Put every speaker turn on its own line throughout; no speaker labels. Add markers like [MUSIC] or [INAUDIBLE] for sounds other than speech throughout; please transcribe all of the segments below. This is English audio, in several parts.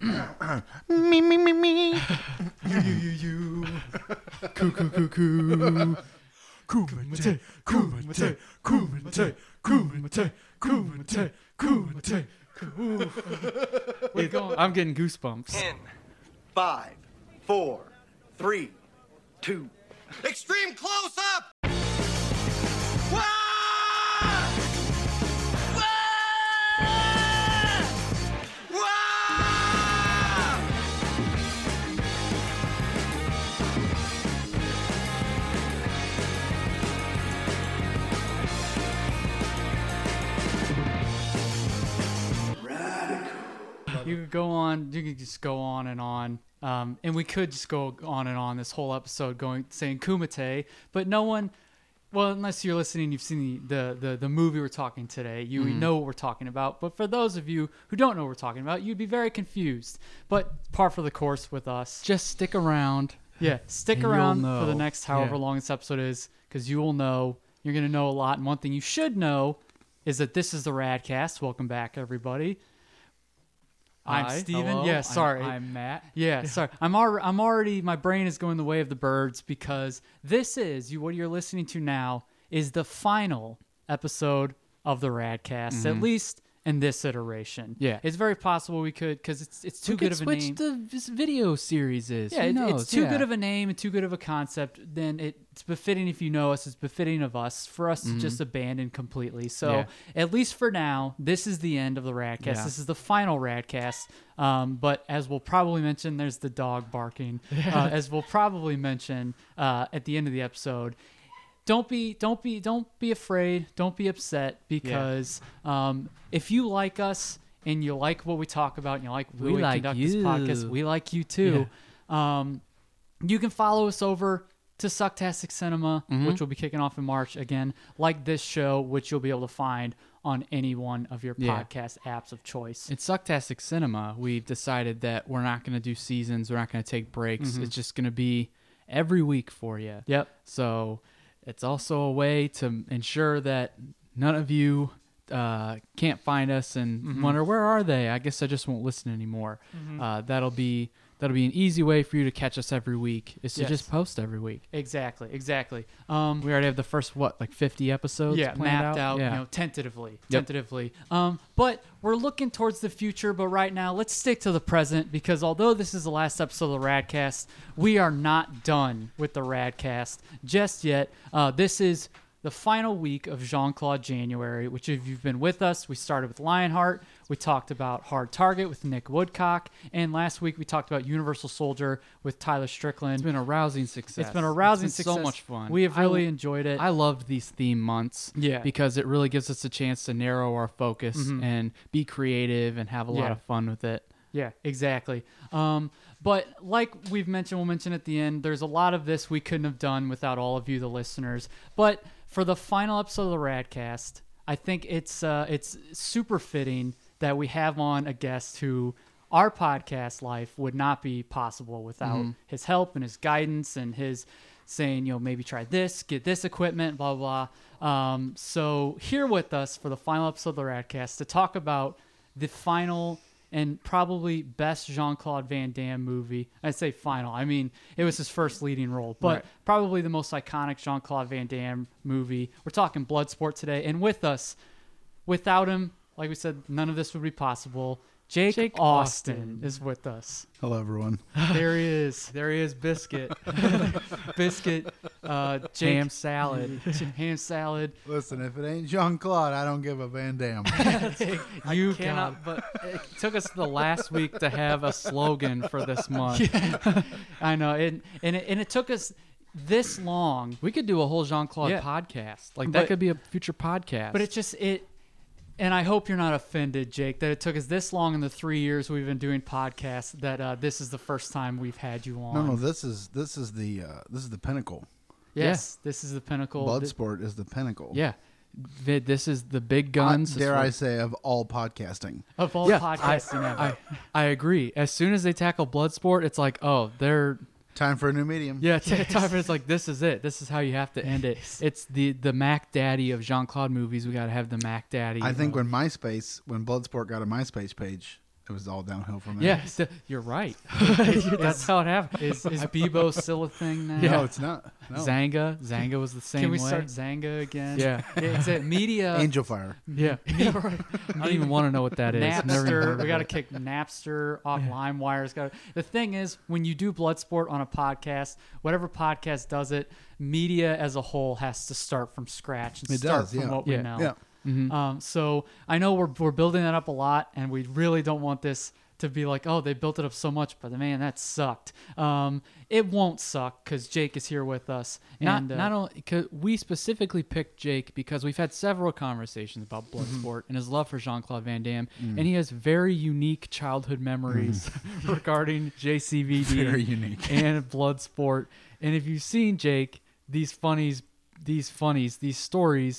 me, me, me, me.
you, you, you, you. Coo, coo, coo, coo. Kumite, kumite, kumite, kumite, kumite, kumite. Ooh. It- I'm getting goosebumps.
Ten, five, four, three, two. Extreme close up!
You could go on. You could just go on and on. Um, and we could just go on and on this whole episode going saying Kumite, but no one. Well, unless you're listening, you've seen the the, the, the movie we're talking today. You
Mm-hmm.
know what we're talking about. But for those of you who don't know what we're talking about, you'd be very confused. But par for the course with us.
Just stick around.
Yeah, stick
you'll
around for the
know.
next however
Yeah.
long this episode is, because you will know. You're gonna know a lot. And one thing you should know is that this is the Radcast. Welcome back, everybody. I'm
Hi,
Steven.
hello,
Yeah,
I'm-
sorry.
I'm, Matt. [LAUGHS]
yeah, sorry. I'm already, I'm already. My brain is going the way of the birds because this is you. What you're listening to now is the final episode of the Radcast, at least in this iteration.
Mm-hmm. Yeah.
it's very possible we could because it's it's too
we could
good of a
switch
name.
the vis- video series is.
Yeah,
Who
it-
knows?
it's too good
Yeah.
of a name and too good of a concept. Then it's befitting if you know us. It's befitting of us for us to just abandon completely. So
Mm-hmm. Yeah.
at least for now, this is the end of the Radcast.
Yeah.
This is the final Radcast. Um, but as we'll probably mention, there's the
[LAUGHS]
dog barking. Uh, as we'll probably mention uh, at the end of the episode, don't be don't be don't be afraid don't be upset because um, if you like us and you like what we talk about and you like we,
We like
conduct this
you.
podcast we like you too um, you can follow us over to sucktastic cinema
Mm-hmm.
which will be kicking off in march again like this show which you'll be able to find on any one of your
Yeah.
podcast apps of choice
It's Sucktastic Cinema. We've decided that we're not going to do seasons. We're not going to take breaks. It's just going to be every week for you.
Yep.
So it's also a way to ensure that none of you uh, can't find us and wonder where are they. I guess I just won't listen anymore. Uh, that'll be that'll be an easy way for you to catch us every week. Is to
Yes.
just post every week.
exactly exactly um,
We already have the first what like fifty episodes.
yeah,
planned
mapped out,
Yeah.
you know, tentatively, tentatively. Um, but we're looking towards the future. But right now, let's stick to the present because although this is the last episode of the Radcast, we are not done with the Radcast just yet. Uh, this is the final week of Jean Claude January, which if you've been with us, we started with Lionheart. We talked about Hard Target with Nick Woodcock, and last week we talked about Universal Soldier with Tyler Strickland.
It's been a rousing success.
It's been a rousing
It's been
success.
So much fun.
We have
I-
really enjoyed it.
I loved these theme months.
Yeah. Mm-hmm.
Because it really gives us a chance to narrow our focus and be creative and have a
Yeah.
lot of fun with
[LAUGHS]
it.
Yeah, exactly. Um, but like we've mentioned, we'll mention at the end, there's a lot of this we couldn't have done without all of you, the listeners. But for the final episode of the Radcast, I think it's uh, it's super fitting that we have on a guest who our podcast life would not be possible without his help and his guidance and his saying, you know, maybe try this, get this equipment, blah, blah. blah. Um, so here with us for the final episode of the Radcast to talk about the final and probably best Jean Claude Van Damme movie. I say final. I mean, it was his first leading role, but
Right.
probably the most iconic Jean Claude Van Damme movie. We're talking Bloodsport today, and with us, without him, like we said, none of this would be possible. Jake,
Jake
Austin,
Austin.
is with us.
Hello, everyone.
There he is. [LAUGHS] There he is. [LAUGHS] Biscuit, biscuit, uh, Jake,
Ham salad.
ham salad.
Listen, if it ain't Jean Claude, I don't give a
[LAUGHS]
Van Dam.
You
I
got
cannot, but it took us the last week to have a slogan for this month.
[LAUGHS] I know, and and it, and it took us this long
We could do a whole Jean Claude
Yeah.
podcast. Like,
But-
that could be a future podcast.
But it just it and I hope you're not offended, Jake, that it took us this long in the three years we've been doing podcasts that uh, this is the first time we've had you on.
no, no, this is this is the uh, this is the pinnacle.
yes, this is the pinnacle. Th-
Bloodsport is the pinnacle.
yeah. Th- This is the big
I-
guns.
dare I say of all podcasting?
of all
Yeah,
podcasting
I,
ever.
I agree. As soon as they tackle Bloodsport, it's like, oh, they're
Time for a new medium.
Yeah, Ted Topper is like, this is it. This is how you have to end it. It's the the Mac Daddy of Jean Claude movies. We got to have the Mac Daddy.
I
of-
think when MySpace, when Bloodsport got a MySpace page, It was all downhill from there.
Yeah, so- you're right. [LAUGHS] That's how it happened.
Is is Bebo still a thing now?
No, it's not. No.
Oh. Zanga, Zanga was the same
Can we
way.
start Zanga again?
Yeah.
It's at media. [LAUGHS]
Angel Fire.
yeah, [LAUGHS] I don't even want to know what that is. Never even heard
Napster.
of
we got to
it.
kick Napster off LimeWire's got The thing is when you do Bloodsport on a podcast, whatever podcast does it, media as a whole has to start from scratch and
It
start
does,
from
yeah.
what we
Yeah.
know.
Yeah. Mm-hmm.
Um, so I know we're we're building that up a lot and we really don't want this to be like, oh, they built it up so much, but man, that sucked. Um, it won't suck because Jake is here with us.
Not,
and, uh,
not only cause we specifically picked Jake because we've had several conversations about Bloodsport
Mm-hmm.
and his love for Jean Claude Van Damme,
Mm.
and he has very unique childhood memories [LAUGHS] regarding JCVD
[LAUGHS] Very unique.
and Bloodsport. And if you've seen Jake, these funnies, these funnies, these stories,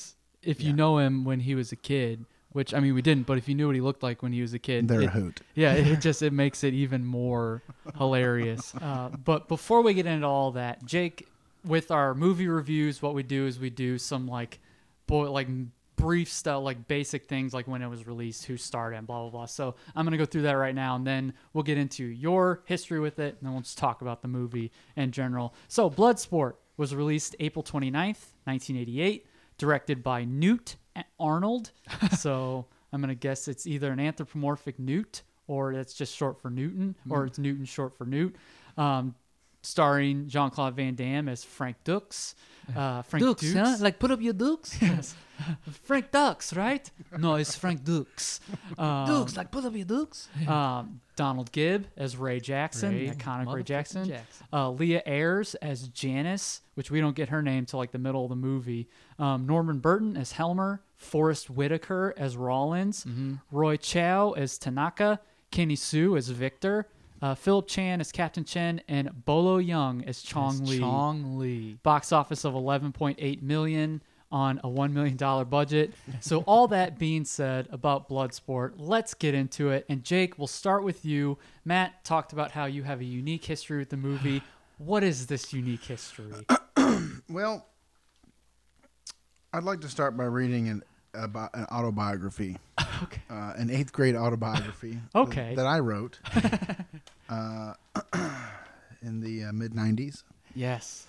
if you know him when he was a kid, which I mean we didn't, but if you knew what he looked like when he was a kid,
They're
it-
a hoot.
Yeah, it just it makes it even more hilarious.
Uh, but before we get into all that, Jake, with our movie reviews, what we do is we do some like, boy, like brief stuff, like basic things, like when it was released, who starred it, and blah blah blah. So I'm gonna go through that right now, and then we'll get into your history with it, and then we'll just talk about the movie in general. So Bloodsport was released April 29th, 1988, directed by Newt Arnold. [LAUGHS] so I'm gonna guess it's either an anthropomorphic newt or it's just short for Newton, or it's Newton short for Newt. Um, starring Jean Claude Van Damme as Frank Dux. Uh, Frank Dux,
Like put up your
[LAUGHS]
dukes.
Frank Dux, right? No, it's Frank Dux. Um,
dukes, like put up your dukes.
[LAUGHS] um, Donald Gibb as Ray Jackson,
Ray
the iconic Ray
motherfucking
Jackson.
Jackson.
Uh, Leah Ayres as Janice, which we don't get her name till like the middle of the movie. Um, Norman Burton as Helmer. Forrest Whitaker as Rollins.
Mm-hmm.
Roy Chow as Tanaka. Kenny Sue as Victor. Uh, Philip Chan as Captain Chen. And Bolo Young as Chong Li
Chong Lee.
box office of 11.8 million on a $1 million budget. So all that being said about Bloodsport, let's get into it. And Jake, we'll start with you. Matt talked about how you have a unique history with
[SIGHS]
the movie. What is this unique
[COUGHS]
history?
Well, I'd like to start by reading an about an autobiography,
Okay.
uh, an eighth grade autobiography.
Okay.
That, that I wrote uh, [CLEARS THROAT] in the uh, mid '90s.
Yes.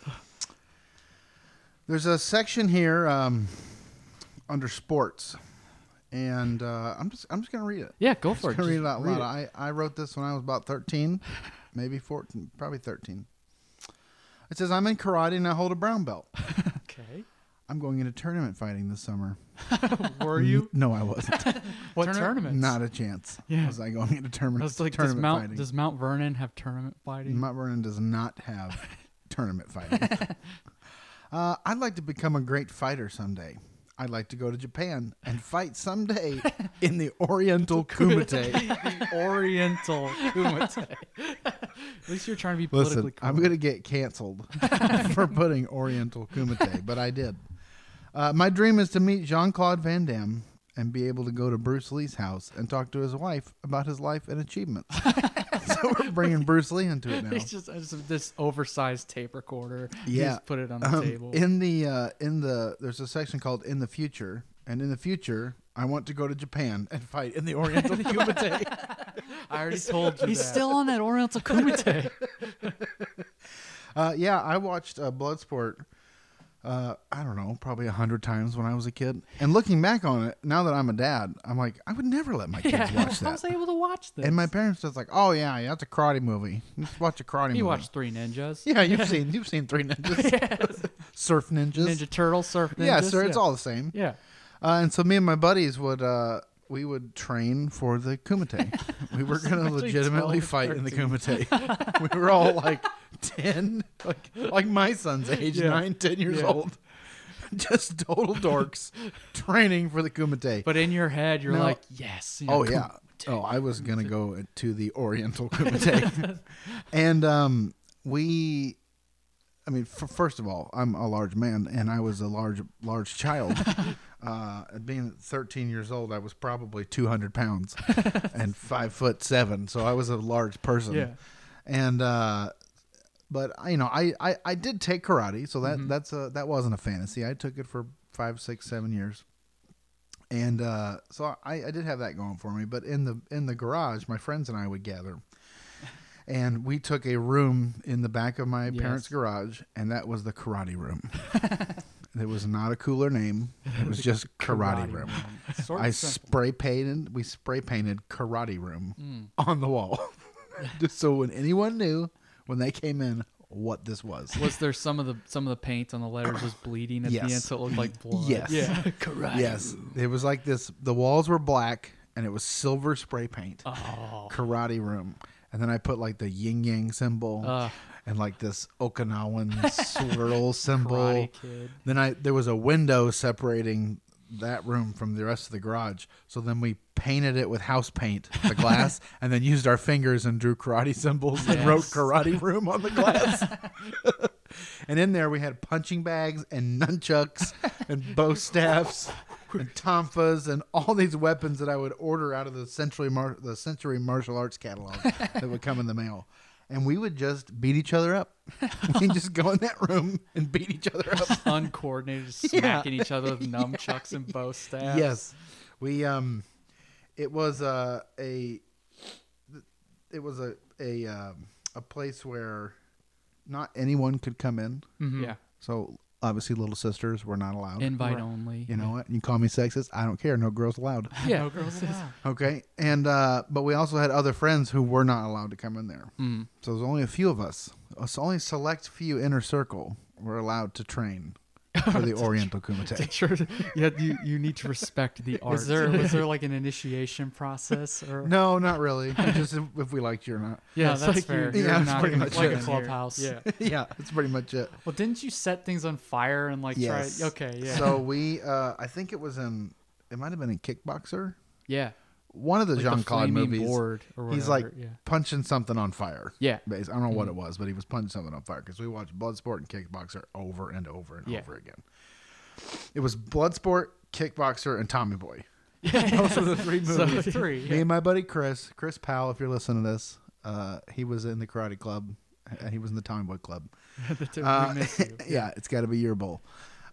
There's a section here um, under sports, and uh, I'm just I'm just gonna read it.
Yeah, go for
Just
it.
gonna read
Just
it out
read
loud. I, I wrote this when I was about 13, maybe 14, probably 13. It says, I'm in karate and I hold a brown belt.
Okay.
I'm going into tournament fighting
[LAUGHS]
this summer.
Were you?
No, I wasn't.
What tournaments?
Not a chance.
Yeah.
Was I going into tournament,
I was like, does
tournament
Mount
fighting?
does Mount Vernon have tournament fighting? [LAUGHS]
Mount Vernon does not have tournament fighting. uh, I'd like to become a great fighter someday. I'd like to go to Japan and fight
[LAUGHS]
someday in the Oriental Kumite.
The [LAUGHS] Oriental Kumite.
[LAUGHS] At least you're trying to be politically
Listen, I'm going to get canceled [LAUGHS] for putting Oriental Kumite, but I did. Uh, my dream is to meet Jean Claude Van Damme and be able to go to Bruce Lee's house and talk to his wife about his life and achievements.
[LAUGHS]
so we're bringing Bruce Lee into it now.
It's just, it's this oversized tape recorder. You
Yeah.
just put it on the
Um,
table.
In the uh, in the there's a section called "In the Future," and in the future, I want to go to Japan and fight in
[LAUGHS]
the Oriental Kumite.
I already told you
He's
that.
still on that [LAUGHS] Oriental Kumite.
Uh, yeah, I watched uh, Bloodsport. Uh, I don't know, probably a hundred times when I was a kid. And looking back on it, now that I'm a dad, I'm like, I would never
[LAUGHS]
let my kids watch
I
that.
was able to watch this.
And my parents just like, oh yeah, yeah, that's a karate movie. Let's watch a karate movie.
you watched Three Ninjas, [LAUGHS]
yeah, you've seen you've seen Three Ninjas, [LAUGHS] Surf Ninjas.
Ninja Turtle, Surf Ninjas.
yeah, sir, it's all the same.
Yeah.
Uh, and so me and my buddies would uh, we would train for the kumite.
[LAUGHS]
we were gonna legitimately fight in
[LAUGHS]
the kumite. we were all like ten, like like my son's age,
Yeah.
nine, ten years
Yeah.
old, [LAUGHS] just total dorks training for the kumite.
But in your head, you're
No.
like, yes. you know,
oh
come-
yeah, oh I was gonna go to the Oriental kumite, and um, we. I mean, f- first of all, I'm a large man, and I was a large, large child. uh, being 13 years old, I was probably 200 pounds and five foot seven, so I was a large person.
Yeah.
And uh, but I- you know, I, I, I did take karate, so that that's a that wasn't a fantasy. I took it for five, six, seven years, and uh, so I, I did have that going for me. But in the in the garage, my friends and I would gather, and we took a room in the back of my parents' garage, and that was the karate room. [LAUGHS] it was not a cooler name; it was just [LAUGHS] karate, room.
Sort
I
of simple.
spray painted. We spray painted karate room on the wall, [LAUGHS] just so when anyone knew when they came in what this was.
[LAUGHS] Was there some of the some of the paint on the letters was bleeding at
Yes.
the end, so it looked like blood?
Yes.
Yeah. Correct.
Yes, it was like this. The walls were black, and it was silver spray paint.
Oh.
Karate room, and then I put like the yin yang symbol, and like this
[LAUGHS]
Okinawan swirl symbol.
Uh. Karate Kid.
Then I there was a window separating that room from the rest of the garage. So then we painted it with house paint,
[LAUGHS]
the glass, and then used our fingers and drew karate symbols and wrote
Yes.
karate room on
[LAUGHS]
the glass. And in there we had punching bags and nunchucks and bow staffs and tonfas and all these weapons that I would order out of the century mar- the century martial arts catalog that would come in the mail. And we would just beat each other up. [LAUGHS] We'd just go in that room and beat each other
[LAUGHS]
up.
[LAUGHS] Uncoordinated,
[LAUGHS]
smacking each other with nunchucks and bow staffs.
Yes. We um it was uh, a it was a a um, a place where not anyone could come in.
Mm-hmm.
Yeah.
[LAUGHS]
So obviously little sisters were not allowed.
Invite only.
You know what? You call me sexist. I don't care. No girls allowed.
Mm-hmm. [LAUGHS] Yeah.
No girls allowed.
Okay. And uh, but we also had other friends who were not allowed to come in there. Mm. So there's only a few of us. It's only a select few inner circle were allowed to train
[LAUGHS]
for the Oriental Kumite.
Sure. Yeah, you, you need to respect the art.
Was there
[LAUGHS]
was there like an initiation process or
No, not really. It's just if, if we liked you or not.
Yeah,
No,
it's
that's
like
fair.
You,
Yeah,
are
that's
not
pretty
gonna
much
fit
it.
in
Like a
here.
clubhouse.
[LAUGHS] Yeah.
yeah, [LAUGHS] that's pretty much it.
Well, didn't you set things on fire and like
Yes.
try? Okay,
[LAUGHS]
yeah.
So we, uh, I think it was in, it might have been in Kickboxer,
Yeah.
one of the
Like the
Jean Claude
flaming
movies.
board or
he's like
whatever, yeah.
punching something on fire.
Yeah. Mm-hmm.
Bas- I don't know what it was, but he was punching something on fire because we watched Bloodsport and Kickboxer over and over and
Yeah.
over again. It was Bloodsport, Kickboxer, and
[LAUGHS]
Tommy Boy. Those are the three movies.
So three.
Me
yeah.
and my buddy Chris, Chris Powell, if you're listening to this, uh, he was in the Karate Club and he was in the Tommy
[LAUGHS]
Boy Club. Uh, [LAUGHS] yeah, it's got to be your bowl.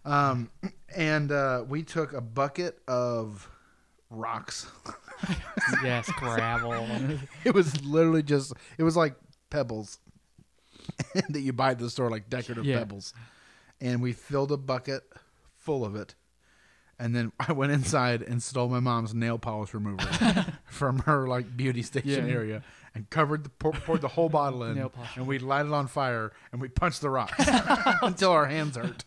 Um, and uh, we took a bucket of rocks.
yes, [LAUGHS] gravel.
[LAUGHS] it was literally just it was like pebbles [LAUGHS] that you buy at the store like decorative
Yeah.
pebbles and we filled a bucket full of it and then [LAUGHS] i went inside and stole my mom's nail polish remover
[LAUGHS]
from her like beauty station
Yeah.
area and covered the pour, poured the whole bottle in
Nail polish.
and we lighted on fire and we punched
[LAUGHS]
the rocks [LAUGHS] until our hands hurt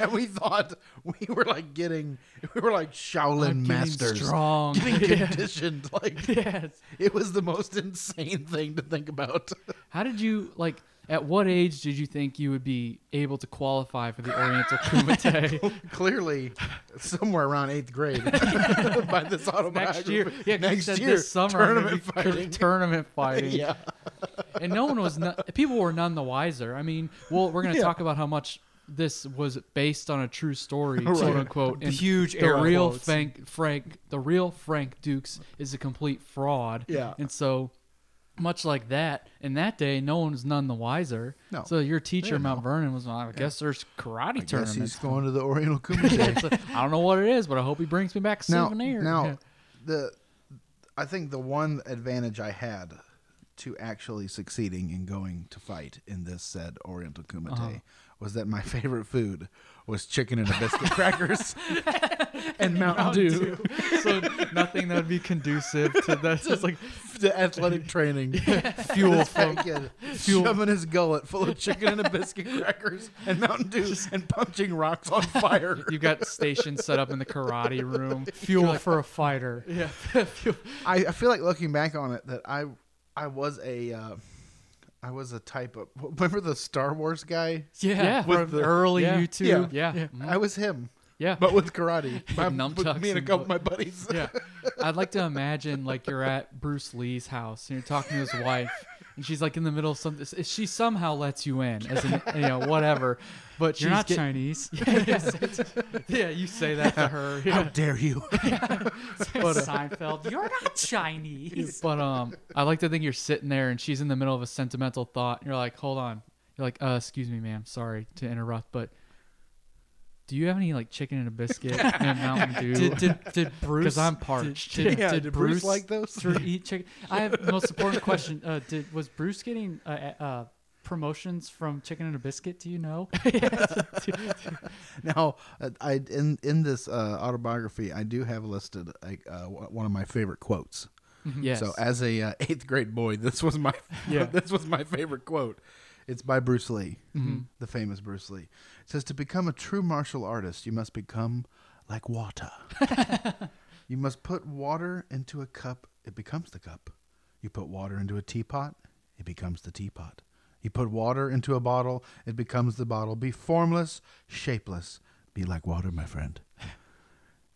and we thought we were like getting we were like shaolin
Getting
masters [LAUGHS]
Strong. [LAUGHS]
getting conditioned like
yes. [LAUGHS]
it was the most insane thing to think about.
How did you like? At what age did you think you would be able to qualify for the Oriental
[LAUGHS]
Kumite
[LAUGHS] Clearly, somewhere around
[LAUGHS]
eighth grade [LAUGHS] by this autobiography.
next year? Yeah, 'cause you
next
said
year,
this summer I'm gonna
tournament
be-
fighting. [LAUGHS]
Tournament fighting.
yeah,
and no one was no, people were none the wiser. I mean, well, we're going to talk about how much this was based on a true story, quote unquote. And
Huge
the
air
real
quotes.
Frank, Frank, the real Frank Dukes is a complete fraud.
Yeah.
and so much like that, in that day, no one was none the wiser.
No.
So your teacher,
didn't
Mount Vernon, was. Well, I guess there's karate
guess
tournaments.
he's going
[LAUGHS]
to the Oriental Kumite.
So, [LAUGHS] I don't know what it is, but I hope he brings me back a
now,
souvenir.
now
Yeah.
the I think the one advantage I had to actually succeeding in going to fight in this said Oriental Kumite
Uh-huh.
was that my [LAUGHS] favorite food was chicken and Hibiscus crackers and Mountain Dew.
[LAUGHS] so nothing that would be conducive to that. It's like
the [LAUGHS] athletic training.
fuel
This fat kid shoving his gullet full of chicken and a biscuit crackers and Mountain Dew [LAUGHS] and punching rocks on fire.
You got stations set up in the karate room.
Fuel for a fighter.
Yeah.
I, I feel like looking back on it that I I was a uh, I was a type of [LAUGHS] remember the Star Wars guy.
Yeah,
Yeah.
from
With the-
early
Yeah.
YouTube.
Yeah.
Yeah. Yeah.
I was him,
Yeah.
but with karate. [LAUGHS] My, with
nunchucks
me Mm-hmm. and a
and
couple
what-
of my buddies.
yeah. I'd like to imagine like you're at Bruce Lee's house and you're talking to his wife and she's like in the middle of something. She somehow lets you in as an, you know, whatever. But
You're
she's
not
get- [LAUGHS]
Chinese. [LAUGHS]
Yeah, you say that to her.
How
Yeah.
dare you?
Seinfeld. You're not Chinese.
uh, But um I like to think you're sitting there and she's in the middle of a sentimental thought and you're like, "Hold on." You're like, "Uh, excuse me, ma'am. Sorry to interrupt, but
do you have any like chicken and a biscuit
[LAUGHS]
and Mountain Dew?
Did, did, did Bruce?
I'm
did-
parched.
Did,
[LAUGHS] Yeah,
did
did Bruce
Bruce, [LAUGHS]
like those?
through eat chicken? I have the most important question. Uh, did was Bruce getting uh, uh, promotions from Chicken and a Biscuit? Do you [LAUGHS] know?
[LAUGHS] Now, uh, I in in this uh, autobiography, I do have listed a, uh, w- one of my favorite quotes.
yes.
[LAUGHS]
So, as a uh, [LAUGHS] eighth grade boy, this was my
Yeah.
[LAUGHS] this was my favorite quote. It's by Bruce Lee,
Mm-hmm.
the famous Bruce Lee. It says, "To become a true martial artist, you must become
[LAUGHS]
like water. you must put water into a cup; it becomes the cup. You put water into a teapot; it becomes the teapot. You put water into a bottle; it becomes the bottle. Be formless, shapeless. Be like water, my friend."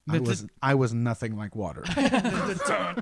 I
That's
was,
just-
I was nothing like water.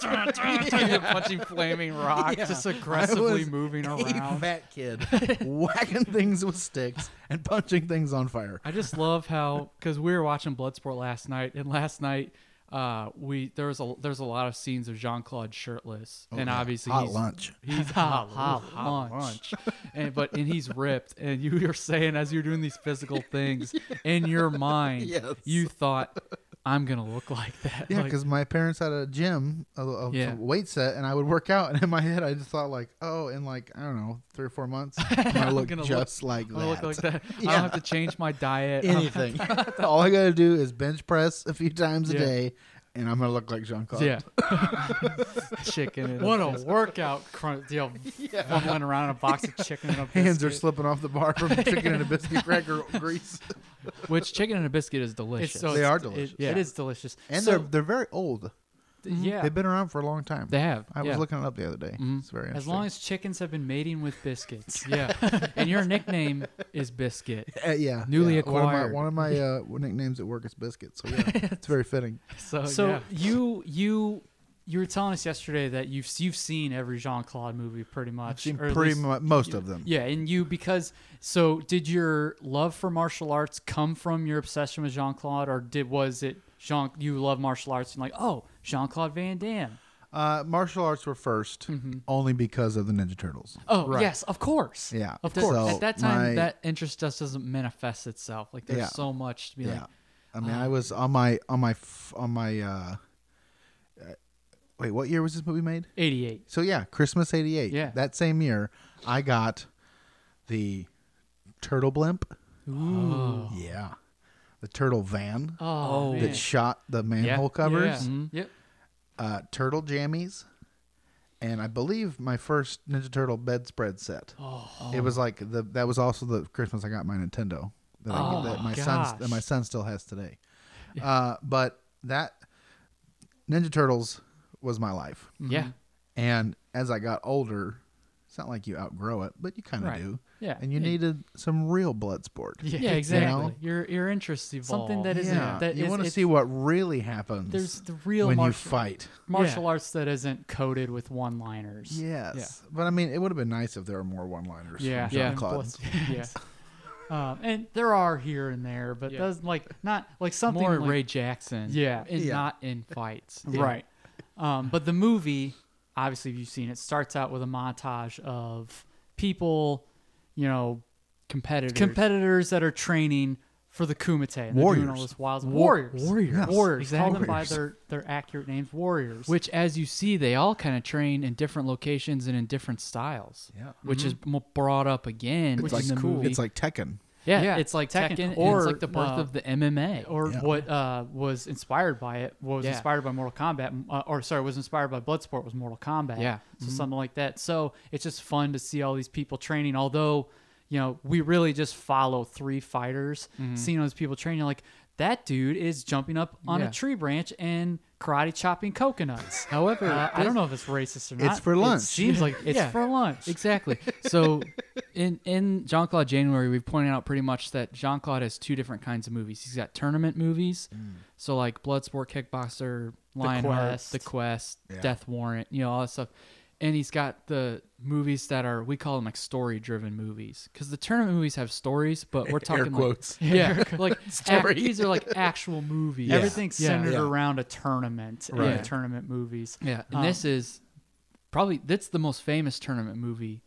punching
[LAUGHS]
flaming rock, just aggressively
was [LAUGHS]
moving
a
around. [LAUGHS]
fat kid whacking things with sticks and punching things on fire.
I just love how because we were watching Bloodsport last night, and last night uh, we there was a there's a lot of scenes of Jean Claude shirtless,
Oh,
and
yeah.
obviously
Hot
he's,
lunch.
[LAUGHS]
[LAUGHS]
He's hot, hot, lunch, [LAUGHS] and but and he's ripped. And you were saying as you're doing these physical
[LAUGHS]
things in your mind,
Yes.
you thought I'm gonna look like that.
Yeah,
Like,
because my parents had a gym, a, a- a
Yeah.
weight set, and I would work out. And in my head, I just thought like, oh, in like I don't know, three or
[LAUGHS]
four months, I'm gonna look
gonna
just like
I
that.
look like
[LAUGHS]
that. I don't have to change my diet. I don't have [LAUGHS]
Anything. [LAUGHS] All I gotta do is bench press a few times a
Yeah.
day, and I'm gonna look like Jean Claude.
Yeah. [LAUGHS]
[LAUGHS]
Chicken. And
What a workout! Crunch, you know, fumbling around a box of
[LAUGHS]
chicken and a biscuit.
[LAUGHS] Hands are slipping off the bar from chicken and a biscuit cracker
[LAUGHS]
grease,
Which chicken and a biscuit is delicious.
It's so-
They
it's-
are
it-
delicious.
it
Yeah.
is delicious.
and
So-
they're they're very old.
Mm-hmm.
yeah.
They've been around for a long time.
They have.
I was
yeah.
looking it up the other day. It's
Mm-hmm.
very
As
interesting.
long as chickens have been mating with
[LAUGHS]
biscuits.
Yeah. and your nickname is Biscuit.
Uh, yeah,
Newly
yeah.
acquired.
One of my,
[LAUGHS]
one of my uh, nicknames at work is Biscuit, so yeah, it's very fitting.
[LAUGHS] So,
So
yeah.
you you you were telling us yesterday that you've you've seen every Jean Claude movie pretty much.
Seen
or at
pretty
least-
mu- most of them.
Yeah, and you because so did your love for martial arts come from your obsession with Jean Claude, or did was it Jean you love martial arts and like oh Jean Claude Van Damme?
Uh, martial arts were 1st only because of the Ninja Turtles.
Mm-hmm. Oh yes, of course.
Yeah,
of
so
course.
Oh,
At that time,
my-
that interest just doesn't manifest itself. Like there's
Yeah.
so much to be
Yeah,
like.
I mean,
Oh.
I was on my on my f- on my. Uh, uh, wait, what year was this movie made?
Eighty-eight.
So yeah, Christmas '88.
Yeah.
that same year, I got the turtle blimp. Ooh, yeah, the turtle van
Oh, man.
that shot the manhole covers.
Yeah. Mm-hmm.
Mm-hmm.
Yep.
uh, turtle jammies, and I believe my first Ninja Turtle bedspread set. Oh, it was like the that was also the Christmas I got my Nintendo that, I, that my son
Oh, gosh.
that my son still has today. Uh, but that Ninja Turtles was my life,
Mm-hmm.
Yeah.
and as I got older, it's not like you outgrow it, but you kind of
Right.
do.
Yeah.
and you
Yeah.
needed some real blood sport.
Yeah.
[LAUGHS] Yeah, exactly.
know?
Your your interests evolve.
Something that isn't
Yeah,
that
you
is-
want to
it's-
see what really happens. [LAUGHS]
there's the real
when you
martial-
fight.
martial
Yeah.
arts that isn't coated with one-liners.
Yes, but I mean, it would have been nice if there were more one-liners.
Yeah,
from Jean
yeah.
Claude. [LAUGHS]
Plus- yeah. Um, and there are here and there, but
Yeah.
does like not like something
more
like,
Ray Jackson.
Yeah.
and
Yeah.
not in fights.
[LAUGHS] right. Um, but the movie, obviously, if you've seen it, starts out with a montage of people, you know,
competitive.
competitors that are training for the Kumite and they're doing all
Warriors.
this wild
War-
warriors,
warriors. Yes.
warriors. Call them by
Warriors.
their their accurate names, warriors.
which, as you see, they all kind of train in different locations and in different styles.
Yeah.
which is
Mm-hmm.
m- brought up again
It's
in
like
the movie.
It's like Tekken.
yeah,
Yeah,
it's like
Tekken,
Tekken, and
or,
it's like the birth
uh,
of the MMA.
or
Yeah.
what uh, was inspired by it what was
Yeah.
inspired by mortal kombat uh, or sorry was inspired by bloodsport was mortal kombat
Yeah.
so
Mm-hmm.
something like that so it's just fun to see all these people training although you know we really just follow three fighters
Mm-hmm.
seeing all these people training like that dude is jumping up on
Yeah.
a tree branch and karate chopping coconuts
However,
Uh, I
this-
don't know if it's racist or not.
for lunch.
It seems [LAUGHS] like it's
Yeah.
for lunch.
Exactly. So in in Jean Claude January, we've pointed out pretty much that Jean Claude has two different kinds of movies. He's got tournament movies,
Mm.
so like Bloodsport, Kickboxer, Lionheart,
Quest.
The Quest,
Yeah.
Death Warrant, you know all that
[LAUGHS]
stuff. uh, And he's got the movies that are we call them like story driven movies because the tournament movies have stories, but we're talking like-
quotes.
[LAUGHS] yeah, like ac-
Story.
these are like actual
[LAUGHS]
movies.
Everything's
Yeah.
centered
Yeah.
around a tournament and
Right.
the tournament movies.
Yeah, and this is probably that's the most famous tournament movie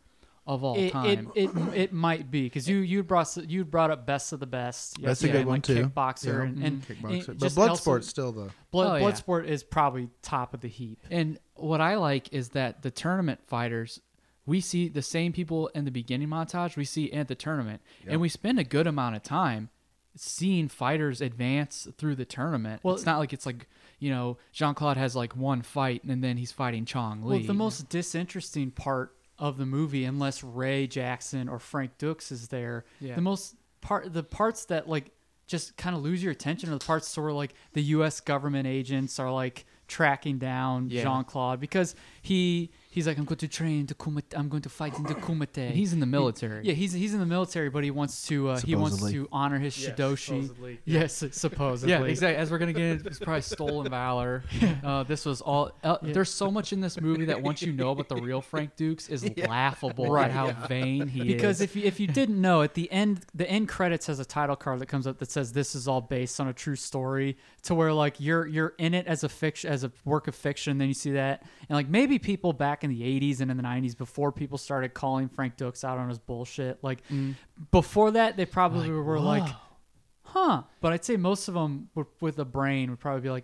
of all
It, it,
time.
it, it might be because you you brought you brought up best of the best.
That's a
yesterday,
good
and,
one
like
too.
Kickboxer
Yeah.
and, and
Kickboxer.
and
but
eh, just
Bloodsport's
Nelson-
still the
Blood,
Oh, yeah.
Bloodsport is probably top of the heap.
and what I like is that the tournament fighters, we see the same people in the beginning montage we see at the tournament, and we spend a good amount of time seeing fighters advance through the tournament. Well, it's not like it's like you know Jean Claude has like one fight and then he's fighting Chong Lee.
Well, the most disinteresting part of the movie, unless Ray Jackson or Frank Dukes is there,
Yeah.
the most part, the parts that like just kind of lose your attention are the parts where like the U.S. government agents are like tracking down
Yeah.
Jean Claude because he he's like I'm going to train to Kumite, I'm going to fight in the Kumite.
he's in the military.
yeah, he's he's in the military, but he wants to uh, he wants
Supposedly.
to honor his shidoshi.
supposedly,
Yes, supposedly.
Yeah, exactly. As we're gonna get, into- it's probably stolen
[LAUGHS]
valor. Uh, this was all. Uh, There's so much in this movie that once you know about the real Frank Dukes
[LAUGHS]
is laughable at how vain he
because
is.
if you, if you didn't know at the end the end credits has a title card that comes up that says this is all based on a true story to where like you're you're in it as a fiction as a work of fiction then you see that and like maybe people back in the 80s and in the 90s before people started calling Frank Dukes out on his bullshit like
Mm.
before that they probably were like huh but I'd say most of them with, with a brain would probably be like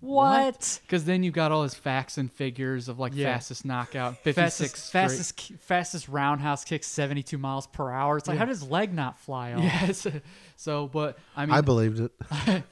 what?
Because then you got all his facts and figures of like
Yeah.
fastest knockout, 56
fastest
straight-
fastest ki- fastest roundhouse kick 72 miles per hour. It's like how does his leg not fly off?
Yes. [LAUGHS] So, but I mean,
I believed it.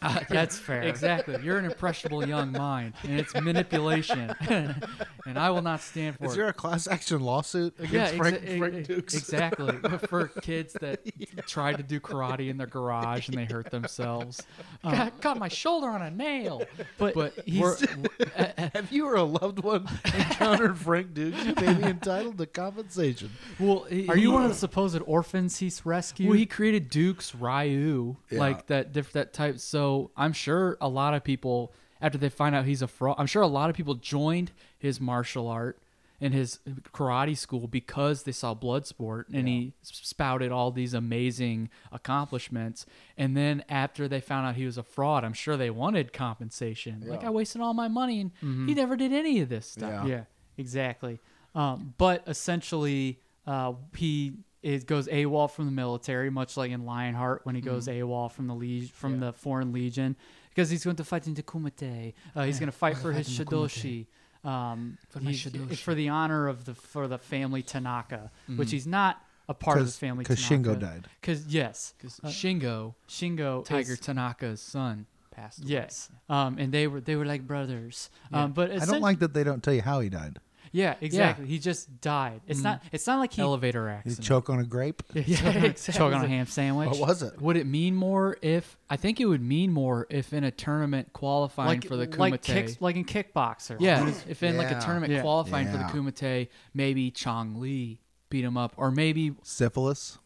[LAUGHS]
That's fair.
exactly. You're an impressionable young mind, and it's manipulation, [LAUGHS] and I will not stand for
Is
it.
there a class action lawsuit against
exa-
Frank,
e- e-
Frank Dukes?
Exactly. For kids that tried to do karate in their garage and they hurt
[LAUGHS]
themselves. God, caught my shoulder on a nail.
But,
But
he's
we're,
[LAUGHS] Have you or a loved one encountered Frank Dukes? You may be entitled to compensation.
well, he-
are you
he-
one of the supposed orphans he's rescued?
Well, he created Duke's Ryu,
Yeah.
like that diff- that type. So I'm sure a lot of people, after they find out he's a fraud, I'm sure a lot of people joined his martial art and his karate school because they saw Bloodsport and he s- spouted all these amazing accomplishments. And then after they found out he was a fraud, I'm sure they wanted compensation. Like I wasted all my money and he never did any of this stuff.
Yeah.
Mm-hmm. yeah, exactly. Um, but essentially, uh, he it goes AWOL from the military, much like in Lionheart when he goes
Mm-hmm.
AWOL from the leg- from the Foreign Legion, because he's going to fight in the Kumite. Uh, he's going to fight for his shidoshi. Um,
my
he's-
shidoshi.
for the honor of the for the family Tanaka, which he's not a part of the
Mm-hmm. 'Cause-
family.
'cause Shingo
Tanaka.
died.
Because yes,
'Cause Shingo,
Shingo
Tiger
is-
Tanaka's son, passed away.
Yes. Um, and they were they were like brothers. Um, but
I don't
essen-
like that they don't tell you how he died.
Yeah, exactly. He just died.
Mm.
It's not. It's not like he.
Elevator
Did he
accident.
choke on a grape?
[LAUGHS] yeah, Choking on a ham sandwich.
What was it?
Would it mean more if I think it would mean more if in a tournament qualifying
Like
for the Kumite?
like kicks like in kickboxer.
yeah, if in like
Yeah.
a tournament
Yeah.
qualifying
Yeah.
for the Kumite, maybe Chong Li beat him up, or maybe
Syphilis?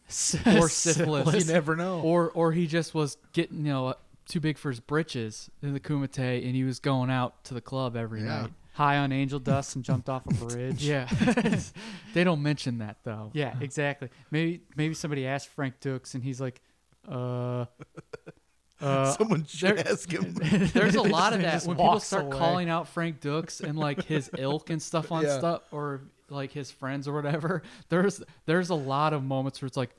or syphilis.
You never know.
Or or he just was getting you know too big for his britches in the Kumite, and he was going out to the club every
Yeah.
night.
High on angel dust and jumped [LAUGHS] off a bridge.
Yeah, [LAUGHS] they don't mention that though.
Yeah, exactly. Maybe maybe somebody asked Frank Dukes and he's like,
[LAUGHS]
uh,
Someone should ask him.
[LAUGHS]
There's a lot of
He
that
just
when people
walks
start
away.
calling out Frank Dukes and like his ilk and stuff on
Yeah.
stuff or like his friends or whatever. [LAUGHS] There's there's a lot of moments where it's like,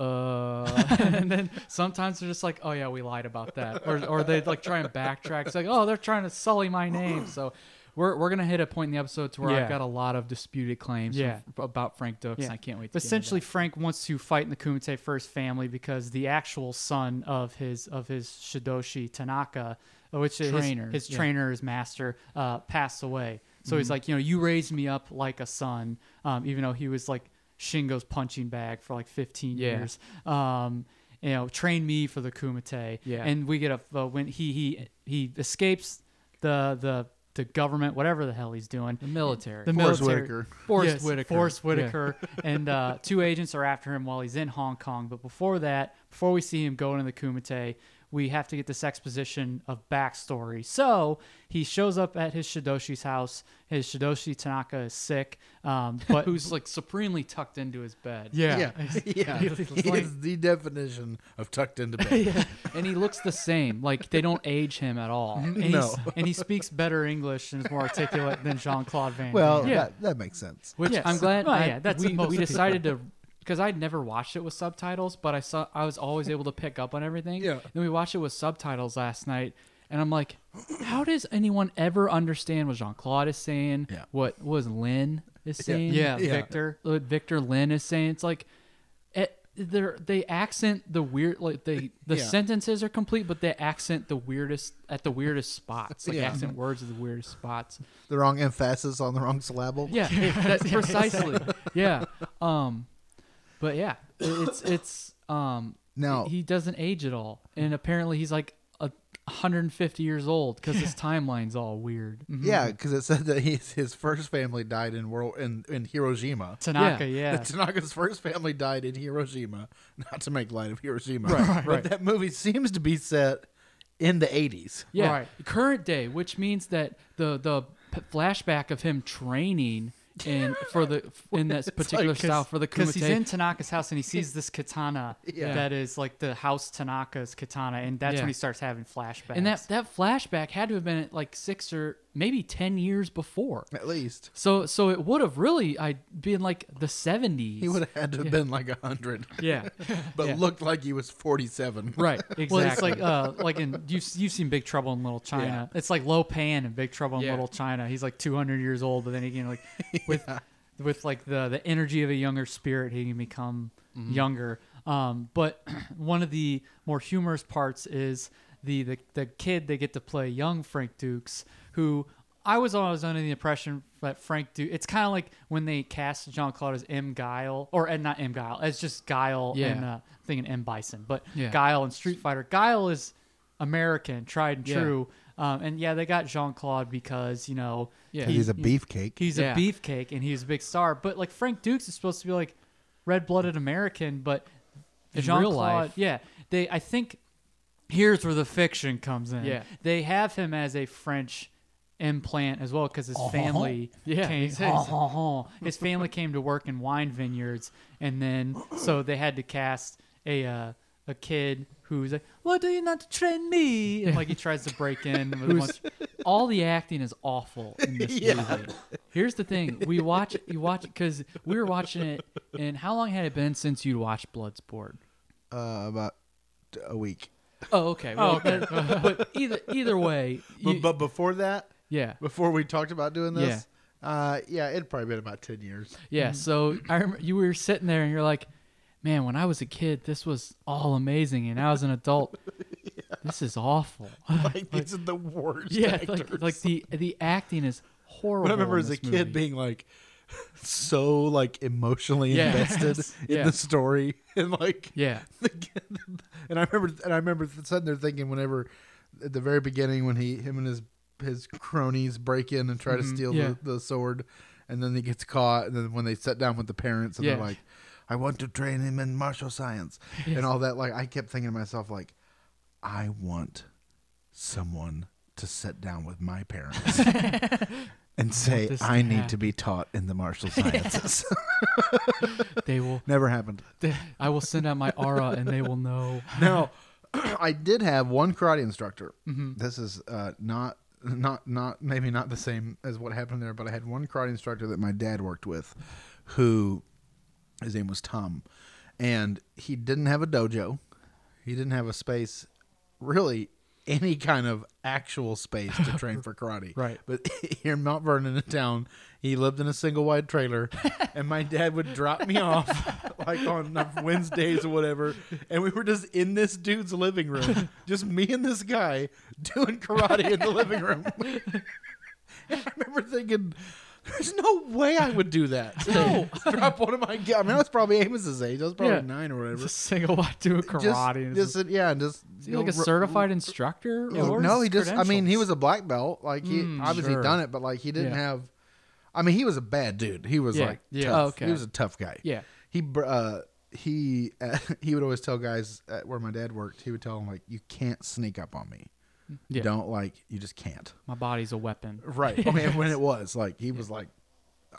uh, [LAUGHS] and then sometimes they're just like, oh yeah, we lied about that, or or they like try and backtrack. It's like, oh, they're trying to sully my name, so. We're, we're gonna hit a point in the episode to where
Yeah.
I've got a lot of disputed claims
Yeah.
from- about Frank Dukes.
yeah.
And I can't wait. to
But
get into
essentially,
that.
Frank wants to fight in the Kumite first family because the actual son of his of his Shidoshi Tanaka, uh, which is
Trainer,
his, his
yeah. Mm-hmm.
trainer, his master, uh, passed away. So he's like, you know, you raised me up like a son, um, even though he was like Shingo's punching bag for like 15
Yeah.
years. Um, you know, train me for the Kumite.
Yeah.
And we get a uh, when he he he escapes the the the government, whatever the hell he's doing,
the military.
the
Forrest
military.
Whitaker.
Forrest Whitaker.
Forrest
Yeah.
Whitaker. and uh, two agents are after him while he's in Hong Kong. But before that, before we see him go into the Kumite, we have to get this exposition of backstory. So he shows up at his Shidoshi's house. His Shidoshi Tanaka is sick,
[LAUGHS]
um, but
Who's like supremely tucked into his bed. [LAUGHS]
yeah,
yeah.
He looks
[LAUGHS] He
like-
is the definition of tucked into bed.
And he looks the same. Like they don't age him at all.
and, he's-
No.
and he speaks better English and is more articulate than Jean Claude Van.
Well,
Damme.
that, that makes sense.
Which
Yes.
I'm glad.
Well,
I-
yeah, that's
we,
most
we
people.
decided to because I'd never watched it with subtitles, but I saw I was always able to pick up on everything.
Yeah.
Then we watched it with subtitles last night, and I'm like, how does anyone ever understand what Jean Claude is saying?
Yeah.
What was Lynn is saying?
yeah,
Yeah.
Victor.
What Victor Lynn is saying? It's like. It, they're, they accent the weird like they the
Yeah.
sentences are complete but they accent the weirdest at the weirdest spots like
Yeah.
accent words at the weirdest spots
The wrong emphasis on the wrong syllable.
[LAUGHS]
yeah, that's precisely. Yeah. Um, but yeah, it- it's it's um.
Now-
he doesn't age at all,
Hmm.
and apparently he's like a 150 years old because his timeline's all weird.
Yeah, because it said that his his first family died in world in, in Hiroshima.
Tanaka,
Yeah.
yeah.
That [LAUGHS] Tanaka's first family died in Hiroshima. Not to make light of Hiroshima, right? But that movie seems to be set in the eighties.
Yeah,
Right.
current day, which means that the the p- flashback of him training in for the in this particular style for the
Because
kumite.
he's in Tanaka's house and he sees this katana
[LAUGHS] Yeah.
that is like the house Tanaka's katana, and that's
Yeah.
when he starts having flashbacks.
and that that flashback had to have been like six or maybe ten years before.
At least
So so it would have really I been like the 70s.
he would have had to have been like hundred,
Yeah.
but
Yeah.
looked like he was [LAUGHS] forty-seven.
[LAUGHS] right.
[LAUGHS] Well,
Exactly.
it's like uh, like in you've you've seen Big Trouble in Little China. It's like Lo Pan in Big Trouble in
Yeah.
Little China. He's like 200 years old, but then
[LAUGHS]
he can like with with like the the energy of a younger spirit, he can become
Mm-hmm.
younger. Um, but [CLEARS THROAT] one of the more humorous parts is the the the kid they get to play young Frank Dukes, who I was always under the impression that Frank Duke. It's kind of like when they cast John Claude as M Guile, or and not M Guile, as just Guile
Yeah.
and. Uh, I'm thinking M Bison, but
Yeah.
Guile and Street Fighter. Guile is American, tried and
Yeah.
true. Um, and yeah, they got Jean Claude because you know
Yeah.
he-
He's a beefcake.
he's
Yeah.
a beefcake and he's a big star. But like Frank Dukes is supposed to be like red blooded American, but
In
Jean
real
Claude,
life.
yeah, they I think here's where the fiction comes in.
Yeah.
they have him as a French implant as well because his family
[LAUGHS] Yeah,
came,
exactly.
[LAUGHS] his family came to work in wine vineyards and then so they had to cast a uh, a kid who's like why do you not train me and
[LAUGHS]
like he tries to break in with a bunch
all the acting is awful in [LAUGHS] this movie. Here's the thing: we watch you watch because we were watching it, and how long had it been since you'd watched Bloodsport?
Uh, about a week.
Oh, okay. Well, But, but either either
[LAUGHS]
way,
But,
you-
but before that,
yeah,
before we talked about doing this, uh, yeah, it'd probably been about ten years.
yeah. So I remember you were sitting there, and you're like, "Man, when I was a kid, this was all amazing, and I was an adult,
[LAUGHS]
this is awful."
Like, these are the
[LAUGHS]
worst.
yeah,
actors.
like, like the the acting is horrible.
But I remember
in
as a
this
kid
movie.
being like so like emotionally
Yeah.
invested in
Yeah.
the story [LAUGHS] and like
yeah,
[LAUGHS] the kid- and I remember and I remember sitting there thinking whenever at the very beginning when he him and his his cronies break in and try to steal
Mm-hmm. yeah.
the, the sword and then he gets caught and then when they sit down with the parents and
Yeah.
they're like I want to train him in martial science and all that like I kept thinking to myself like I want someone to sit down with my parents and say
this to
I need to
happen."
be taught in the martial sciences.
they will.
[LAUGHS] Never happened.
They- I will send out my aura, and they will
[LAUGHS]
know.
Now, [CLEARS THROAT] I did have one karate instructor. This is uh, not not not maybe not the same as what happened there, but I had one karate instructor that my dad worked with, who his name was Tom, and he didn't have a dojo. He didn't have a space, really any kind of actual space to train for karate.
[LAUGHS] Right.
But [LAUGHS] here in Mount Vernon in town, he lived in a single wide trailer, [LAUGHS] and my dad would drop me off [LAUGHS] like on Wednesdays or whatever, and we were just in this dude's
[LAUGHS]
living room, just me and this guy doing karate in the living room. [LAUGHS] And I remember thinking. There's no way I would do that.
[LAUGHS]
No, [LAUGHS] drop one of my. I mean, I was probably Amos's age. I was probably
Yeah.
nine or whatever.
Just single walk do a karate.
Just, just yeah, and just
is he like a certified instructor?
no,
or- Hmm,
he just. I mean, he
credentials?
was a black belt. Like he obviously
sure.
done it, but like he didn't
Yeah.
have. I mean, he was a bad dude. He was
Yeah,
like
yeah. Oh,
tough.
Okay.
He was a tough guy.
Yeah.
He br- uh, he [LAUGHS] uh, he would always tell guys at where my dad worked. He would tell them like, "You can't sneak up on me.
Yeah.
Don't like you just can't."
My body's a weapon.
Right. I mean, when it was like he was like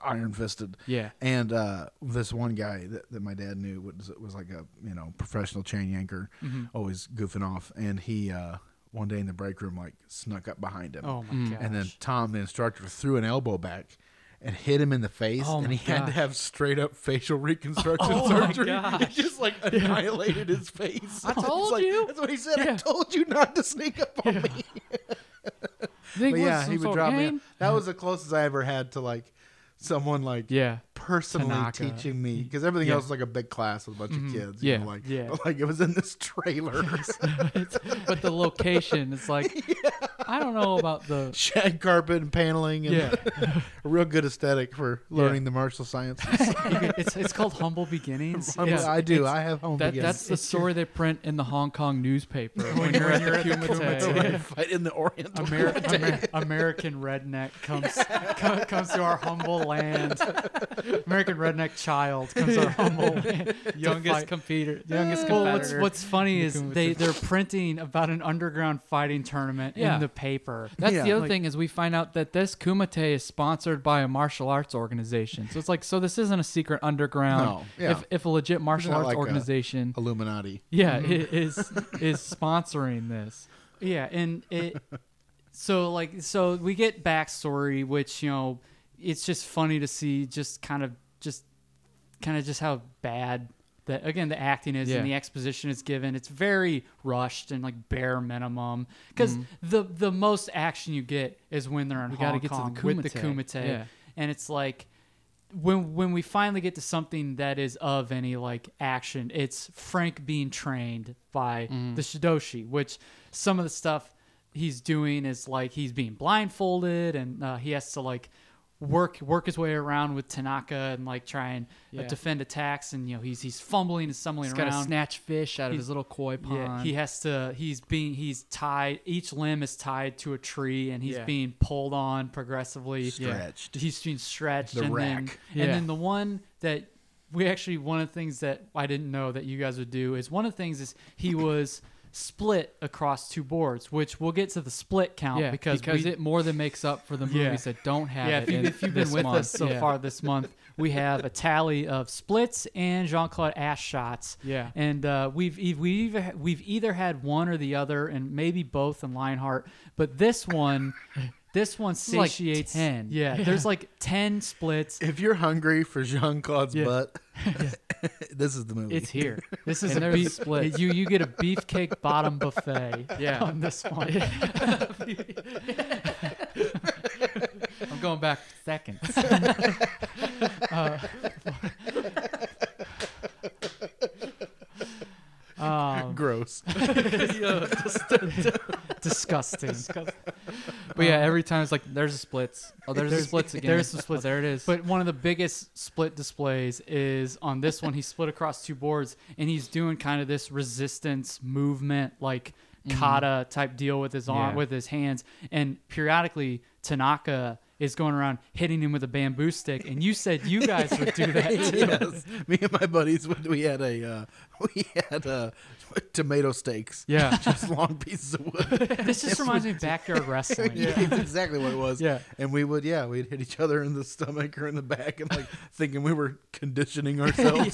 iron fisted.
Yeah.
And uh, this one guy that, that my dad knew was was like a you know professional chain yanker, always goofing off. And he uh, one day in the break room like snuck up behind him.
Oh my gosh.
And then Tom, the instructor, threw an elbow back. And hit him in the face,
Oh
and
my
he had to
gosh.
have straight up facial reconstruction surgery. [LAUGHS] He just like annihilated his face. [LAUGHS] I
told you.
That's what he said. I told you not to sneak up on me.
Think what,
But yeah,
some
he would
sort of
drop me.
game?
That was the closest I ever had to like someone like
Yeah.
personally
Tanaka. Mm-hmm.
teaching me because everything
Yeah. Mm-hmm.
else was like a big class with a bunch of kids. you
Yeah,
know, like
yeah.
but, like it was in this trailer.
But the location, it's like I don't know about
[LAUGHS]
the
[LAUGHS] Shag carpet and paneling and
yeah.
a real good aesthetic for learning the
[LAUGHS]
martial sciences.
[LAUGHS] it's it's called humble
[LAUGHS]
beginnings.
I, mean,
Yeah.
I do.
It's-
I have home
That,
videos.
that's the story they print in the Hong Kong [LAUGHS] newspaper when you're at the
[LAUGHS]
Kumite.
When I fight in the Orient.
[LAUGHS]
Ameri- [LAUGHS] Amer- American redneck comes [LAUGHS] co- comes to our humble land. American redneck child comes to our humble land.
[LAUGHS] Youngest computer, youngest
Well, what's
competitor.
what's funny is
Kumite.
they they're printing about an underground fighting tournament
Yeah.
in the paper.
That's
Yeah,
the other
like-
thing is we find out that this kumite is sponsored by a martial arts organization. So it's like so this isn't a secret underground.
No, yeah.
If if a legit martial
not
arts
like a-
organization,
Illuminati. [LAUGHS]
yeah, i- is is sponsoring this.
Yeah, and
[LAUGHS]
it so like so we get backstory, which you know it's just funny to see, just kind of just kind of just how bad that again the acting is
Yeah.
and the exposition is given. It's very rushed and like bare minimum because the the most action you get is when they're in
Mm-hmm. We gotta
Hong
get to the
Kong with
Kumite.
the Kumite,
Yeah.
and it's like. When, when we finally get to something that is of any like action, it's Frank being trained by
Mm-hmm.
the Shidoshi, which some of the stuff he's doing is like he's being blindfolded and uh, he has to like work work his way around with Tanaka and like try and uh,
Yeah.
defend attacks and you know he's he's fumbling and stumbling
He's got
around.
to snatch fish out of
He's-
his little koi pond.
Yeah, he has to. He's being. He's tied. Each limb is tied to a tree, and he's
Yeah.
being pulled on progressively.
Stretched.
He's being stretched.
The
and Then,
rack.
And
Yeah.
then the one that we actually one of the things that I didn't know that you guys would do is one of the things is he was split across two boards, which we'll get to the split count
yeah,
because
because,
we,
it more than makes up for the movies
Yeah.
that don't have
yeah,
it.
if, you,
in
if you've been
this
with
month.
us so
Yeah.
far this month, we have a tally of splits and Jean Claude Ash shots.
Yeah.
and uh, we've e- we've we've either had one or the other, and maybe both in Lionheart. But this one, this one
is like
satiates.
10.
Yeah, there's like ten splits.
If you're hungry for Jean Claude's
[LAUGHS] Yeah.
butt, [LAUGHS] this is the movie.
it's here.
[LAUGHS] This
And
is a
there's a
beef
split.
You you get a beefcake bottom buffet.
Yeah.
on this one. [LAUGHS]
I'm going back
[LAUGHS]
seconds.
Uh, Um,
[LAUGHS] gross.
[LAUGHS] disgusting.
But yeah, every time it's like there's a splits. Oh, uh, there's, a splits again.
there's the splits.
Oh, there it is.
But one of the biggest split displays is on this one. He split across two boards, and he's doing kind of this resistance movement, like kata type deal with his arm,
Yeah.
with his hands, and periodically Tanaka is going around hitting him with a bamboo stick. And you said you guys would
[LAUGHS]
do that too.
yes. Me and my buddies, we- we had a uh, [LAUGHS] we had uh, tomato steaks.
Yeah.
[LAUGHS] just long pieces of
[LAUGHS]
wood. [LAUGHS]
This just reminds me of backyard wrestling.
Oh, yeah, that's exactly what it was.
Yeah.
and we would yeah we'd hit each other in the stomach or in the back and like [LAUGHS] thinking we were
[LAUGHS]
conditioning ourselves.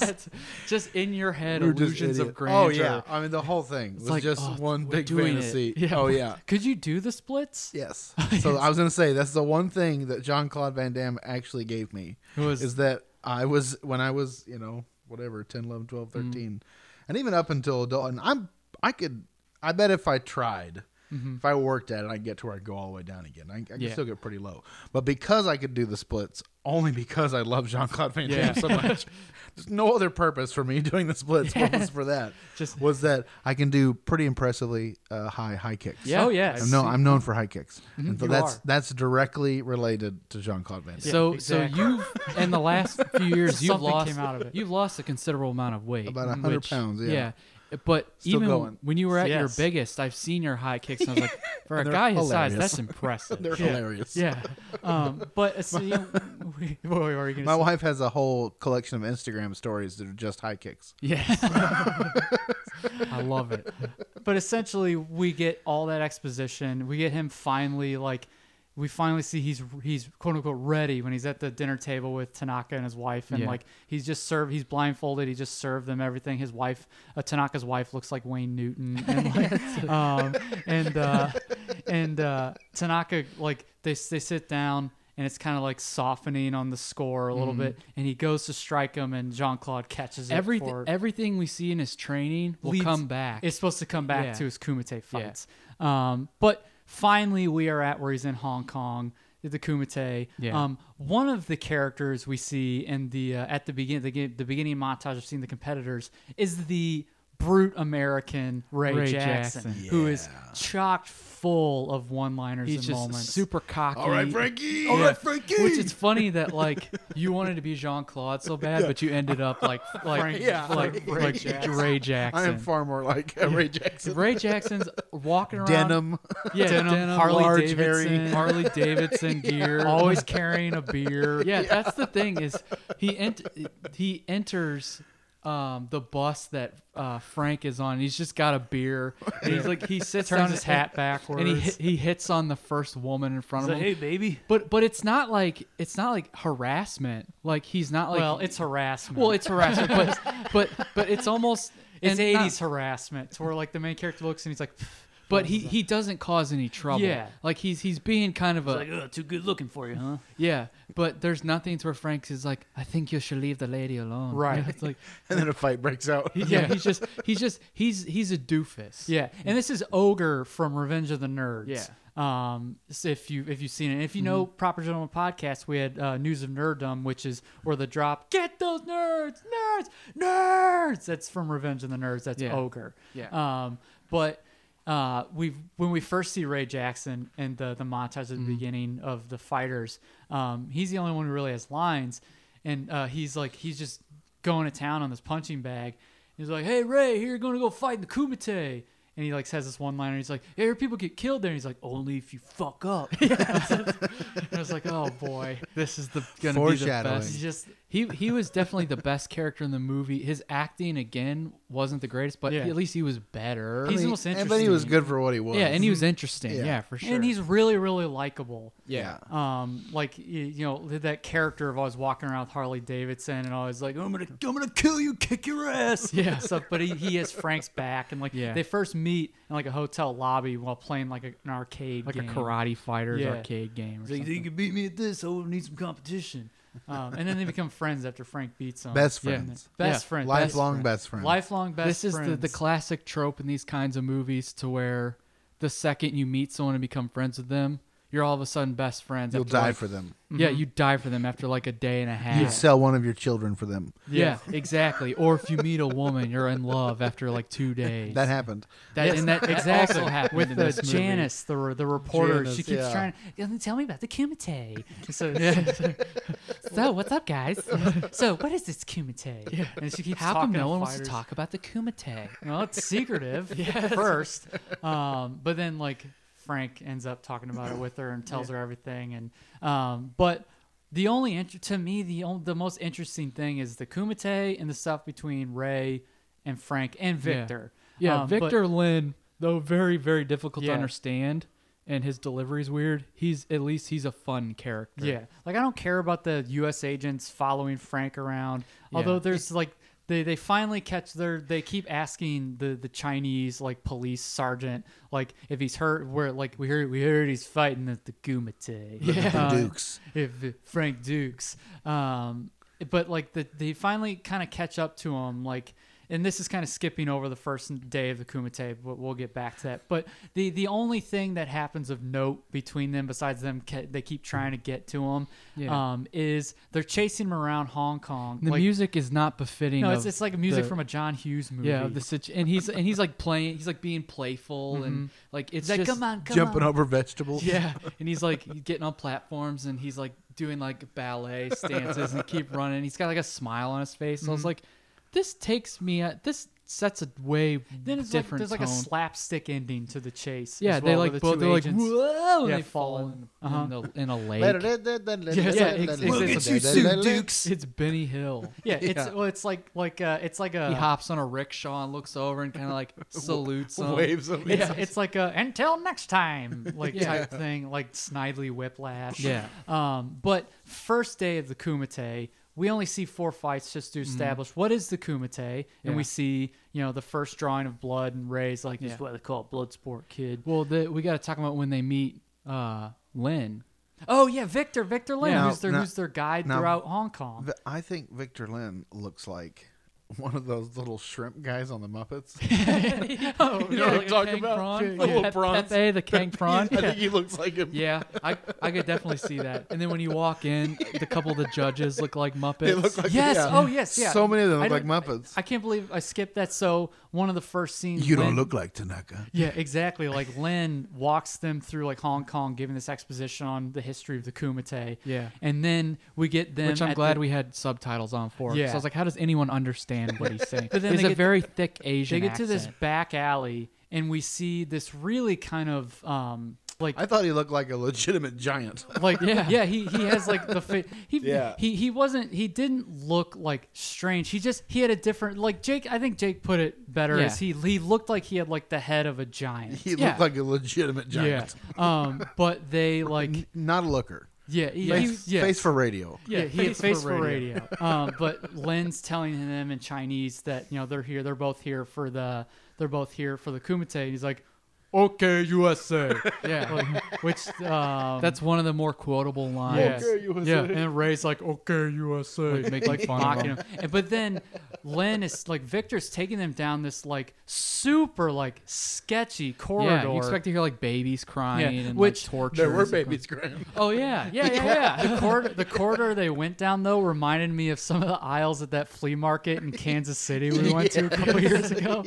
[LAUGHS] Yeah, it's just in your head,
We were just
illusions of
idiots.
grandeur.
Oh yeah, I mean the whole thing was
like,
just
oh,
one
we're
big
doing it.
fantasy.
Yeah.
Oh yeah.
Could you do the splits?
Yes.
[LAUGHS]
So I was gonna say that's the one thing that Jean Claude Van Damme actually gave me
was-
is that I was when I was you know whatever 10, 11, 12,
Mm-hmm.
13, and even up until adult, and I'm I could I bet if I tried. If I worked at it, I'd get to where I'd go all the way down again. I, I could
Mm-hmm. Yeah.
still get pretty low. But because I could do the splits, only because I love Jean Claude Van Damme
Yeah.
so much,
[LAUGHS]
there's no other purpose for me [LAUGHS] doing the splits was for that.
Just-
was that I can do pretty impressively uh, high high kicks.
Yeah.
Oh yeah.
I'm, no, I'm known for high kicks. And
Mm-hmm.
so
You
that's
are.
that's directly related to Jean Claude Van Damme.
so
exactly.
so you've in the last few years you've
Something
lost
came out of it.
you've lost a considerable amount of weight.
About 100
which-
pounds, yeah.
But
Still
even
going.
when you were at your
Yes.
biggest, I've seen your high kicks, and I was
[LAUGHS]
like, for a
They're
guy his size,
hilarious.
that's impressive.
They're hilarious.
Yeah. Um,
uh,
but it's, you know, we, [LAUGHS] what were you gonna
My
say?
wife has a whole collection of Instagram stories that are just high kicks.
[LAUGHS]
Yeah, I love it.
but essentially we get all that exposition we get him finally like we finally see he's he's quote unquote ready when he's at the dinner table with Tanaka and his wife and
Yeah.
like he's just served he's blindfolded he just served them everything his wife uh, Tanaka's wife looks like Wayne Newton [LAUGHS]
[LAUGHS]
and like, um, and uh, and uh, Tanaka like they they sit down and it's kind of like softening on the score a little
Mm.
bit and he goes to strike him and Jean Claude catches it
Everything,
for-
everything we see in his training will
leads-
come back.
It's supposed to come back
Yeah.
to his Kumite fights. Um, but finally, we are at where he's in Hong Kong, the Kumite.
Yeah.
Um, one of the characters we see in the uh, at the beginning the, ge- the beginning montage of seeing the competitors is the brute American Ray,
Ray
Jackson,
Jackson.
who is chocked full of one-liners
He's
and
just
moments.
super cocky.
Frankie.
Yeah. Which it's funny that like you wanted to be Jean Claude so bad, but you ended up like like [LAUGHS]
Frank-
yeah, like
Frank
like
Jackson.
Ray Jackson.
I am far more like uh, Ray Jackson.
Ray Jackson's walking around
Denim. [LAUGHS]
yeah,
[LAUGHS] Denim,
denim,
Harley
large,
Davidson.
hairy, [LAUGHS] Harley Davidson gear,
always carrying a beer.
Yeah, that's the thing is he ent- he enters um, the bus that uh, Frank is on. And he's just got a beer. And he's like he sits
Turns
down
his
and-
hat backwards.
and he hit, he hits on the first woman in front
He's
of
like,
him.
"Hey, baby."
But but it's not like it's not like harassment. Like he's not like
well, it's harassment.
well it's harassment, but but but it's almost
It's
and not-
eighties harassment, to where like the main character looks and he's like, "Pff,
But he, he doesn't cause any trouble.
Yeah.
like he's he's being kind of a
like, "Ugh, too good looking for you, huh?
yeah. But there's nothing to where Frank is like, I think you should leave the lady alone. [LAUGHS]
Right.
It's
[LAUGHS]
like
And then a fight breaks out.
he- yeah, he's just he's just he's he's a doofus.
Yeah, and this is Ogre from Revenge of the Nerds.
Yeah. Mm-hmm.
Um, so if you if you've seen it, and if you know Proper Gentleman Podcast, we had uh, News of Nerddom, which is where the drop get those nerds, nerds, nerds. That's from Revenge of the Nerds. That's
Yeah.
Ogre.
Yeah.
Um, but uh, we when we first see Ray Jackson and the the montage at the
Mm-hmm.
beginning of the fighters, um, he's the only one who really has lines, and uh, he's like he's just going to town on this punching bag. He's like, "Hey Ray, here you're going to go fight in the Kumite." And he like says this one liner. He's like, "Yeah, your people get killed there." And he's like, "Only if you fuck up." [LAUGHS] and I was like, "Oh boy,
this is the gonna be the
Foreshadowing.
It's
best.
just
He he was definitely the best character in the movie. His acting again wasn't the greatest, but
Yeah.
at least he was better.
He's the most
And but he was
interesting.
good for what he was.
yeah, and he was interesting.
Yeah.
Yeah, for sure.
and he's really really likable."
yeah.
um like y- you know that character of always walking around with Harley Davidson and always like "Oh, I'm gonna I'm gonna kill you kick your ass [LAUGHS] yeah stuff but he, he has Frank's back and like
Yeah.
they first meet in like a hotel lobby while playing like a, an arcade
like
game.
a karate fighters
Yeah.
arcade game. Or
He's like,
something.
you can beat me at this oh we need some competition um, and then they become friends after Frank beats them
Best
Yeah.
friends.
best
Yeah.
friend
Lifelong best friend.
lifelong best
this is the, the
friends.
classic trope in these kinds of movies to where the second you meet someone and become friends with them you're all of a sudden best friends
You'll
after,
die
like-
for them.
yeah you die for them after like a day and a half
You'd sell one of your children for them.
yeah,
[LAUGHS]
exactly or if you meet a woman you're in love after like two days
That happened.
That- and
[LAUGHS]
that
exactly
exactly happened
with
in
the
this movie.
Janice, the re- the reporter.
Janice,
she keeps
yeah.
trying. "Yeah, Tell me about the kumite. [LAUGHS] So, so what's up, [LAUGHS] guys? so what is this kumite? And she keeps
how
talking
come no
to
one wants to
fighters.
talk about the kumite
Well,
[LAUGHS]
it's secretive at first, um, but then like Frank ends up talking about it with her and tells her everything. And um, but the only int- to me the on- the most interesting thing is the kumite and the stuff between Ray and Frank and Victor.
yeah
Um, but-
victor lynn though very very difficult
Yeah.
to understand and his delivery's weird he's at least he's a fun character
Yeah. Like I don't care about the US agents following Frank around. Although
Yeah.
there's like they, they finally catch their they keep asking the, the Chinese like police sergeant like if he's hurt where like we heard we heard he's fighting at the Gumite.
The
Uh,
Dukes.
if if Frank Dukes. Um, but like the, they finally kind of catch up to him. Like, and this is kind of skipping over the first day of the Kumite, but we'll get back to that. But the the only thing that happens of note between them, besides them, ca- they keep trying to get to him,
Yeah.
um, is they're chasing him around Hong Kong.
the
like,
music is not befitting
no,
of
it's, it's like music
the-
from a John Hughes movie.
Yeah, of the situ- and he's and he's like playing, he's like being playful and like it's
It's like,
just
come on, come
Jumping
on.
over vegetables.
yeah, [LAUGHS] and he's like he's getting on platforms and he's like doing like ballet
[LAUGHS] Mm-hmm.
stances and keep running. He's got like a smile on his face. So I was like, this takes me. At, this sets a way
Then it's like,
different
there's like a
tone.
slap-stick ending to the chase.
yeah,
as
they
well, where
like
the
both.
two
they're
agents-
like whoa, and
Yeah,
they fall
fall
in,
Mm-hmm.
in, the, in a lake.
Yes,
yeah, it's-
We'll
it's-
get you soon, Dukes.
It's Benny Hill.
Yeah, it's
Yeah.
well, it's like like uh, it's like a
He hops on a rickshaw and looks over and kind of
[LAUGHS]
like salutes him.
Waves [LAUGHS] of
it's, it's like a until
[LAUGHS]
next time like
Yeah.
type thing like snidely whiplash
Yeah.
um but first day of the kumite we only see four fights just to establish what is the kumite and
Mm-hmm. Yeah.
we see you know the first drawing of blood and rays like this is
Yeah.
what they call it, blood sport kid
Well, the, we got to talk about when they meet uh, Lynn.
oh yeah victor victor lynn
Yeah.
who's their
Now-
who's their guide
now-
throughout hong kong
V- I think Victor Lynn looks like [LAUGHS] one of those little shrimp guys on
[LAUGHS]
the Muppets. [LAUGHS]
Oh,
know what I'm talking about?
Prawn?
The little
Pe-
prawns.
Pepe the Kang
[LAUGHS]
prawn.
I think he looks like him.
Yeah, I, I could definitely see that. And then when you walk in, the couple of the judges look like Muppets.
They look like
yes
yeah.
oh yes yeah
So many of them
I
look like
didn't-
Muppets.
i can't believe i skipped that so one of the first scenes
you don't
Lin-
look like Tanaka.
Yeah, exactly. Like Lynn walks them through like Hong Kong, giving this exposition on the history of the Kumite.
Yeah.
and then we get them.
which I'm
at
glad
the-
we had subtitles on for.
Yeah.
So I was like, how does anyone understand what he's saying?
[LAUGHS] But then
He's
they
a
get-
very thick Asian
they get to this
accent.
back alley, and we see this really kind of um like.
I thought he looked like a legitimate giant.
like
Yeah.
yeah, yeah he, he has like the fa- he,
Yeah.
he he wasn't he didn't look like strange he just he had a different like Jake I think Jake put it better
Yeah.
as he he looked like he had like the head of a giant
[LAUGHS] He
Yeah.
looked like a legitimate giant.
um but they like
N- Not a looker.
yeah he, he-
Face,
yeah.
face for radio.
Yeah, he had
face
face
for
for radio. [LAUGHS] um, but Lynn's telling them in Chinese that you know they're here. They're both here for the. They're both here for the Kumite. And he's like, "Okay, USA."
[LAUGHS] yeah,
Like, which um,
that's one of the more quotable lines.
yes.
Okay, USA.
Yeah, and Ray's like, "Okay, USA,"
Like, making fun of
mocking
him.
And, but then Lynn is like, Victor's taking them down this like super like sketchy corridor.
Yeah, you expect to hear like babies crying
Yeah,
and
which-
like torture.
There were
and stuff.
babies crying.
Oh
[LAUGHS]
yeah, yeah,
yeah,
yeah.
yeah, yeah. The corridor, the corridor they went down though reminded me of some of the aisles at that flea market in Kansas City we went to a couple years ago.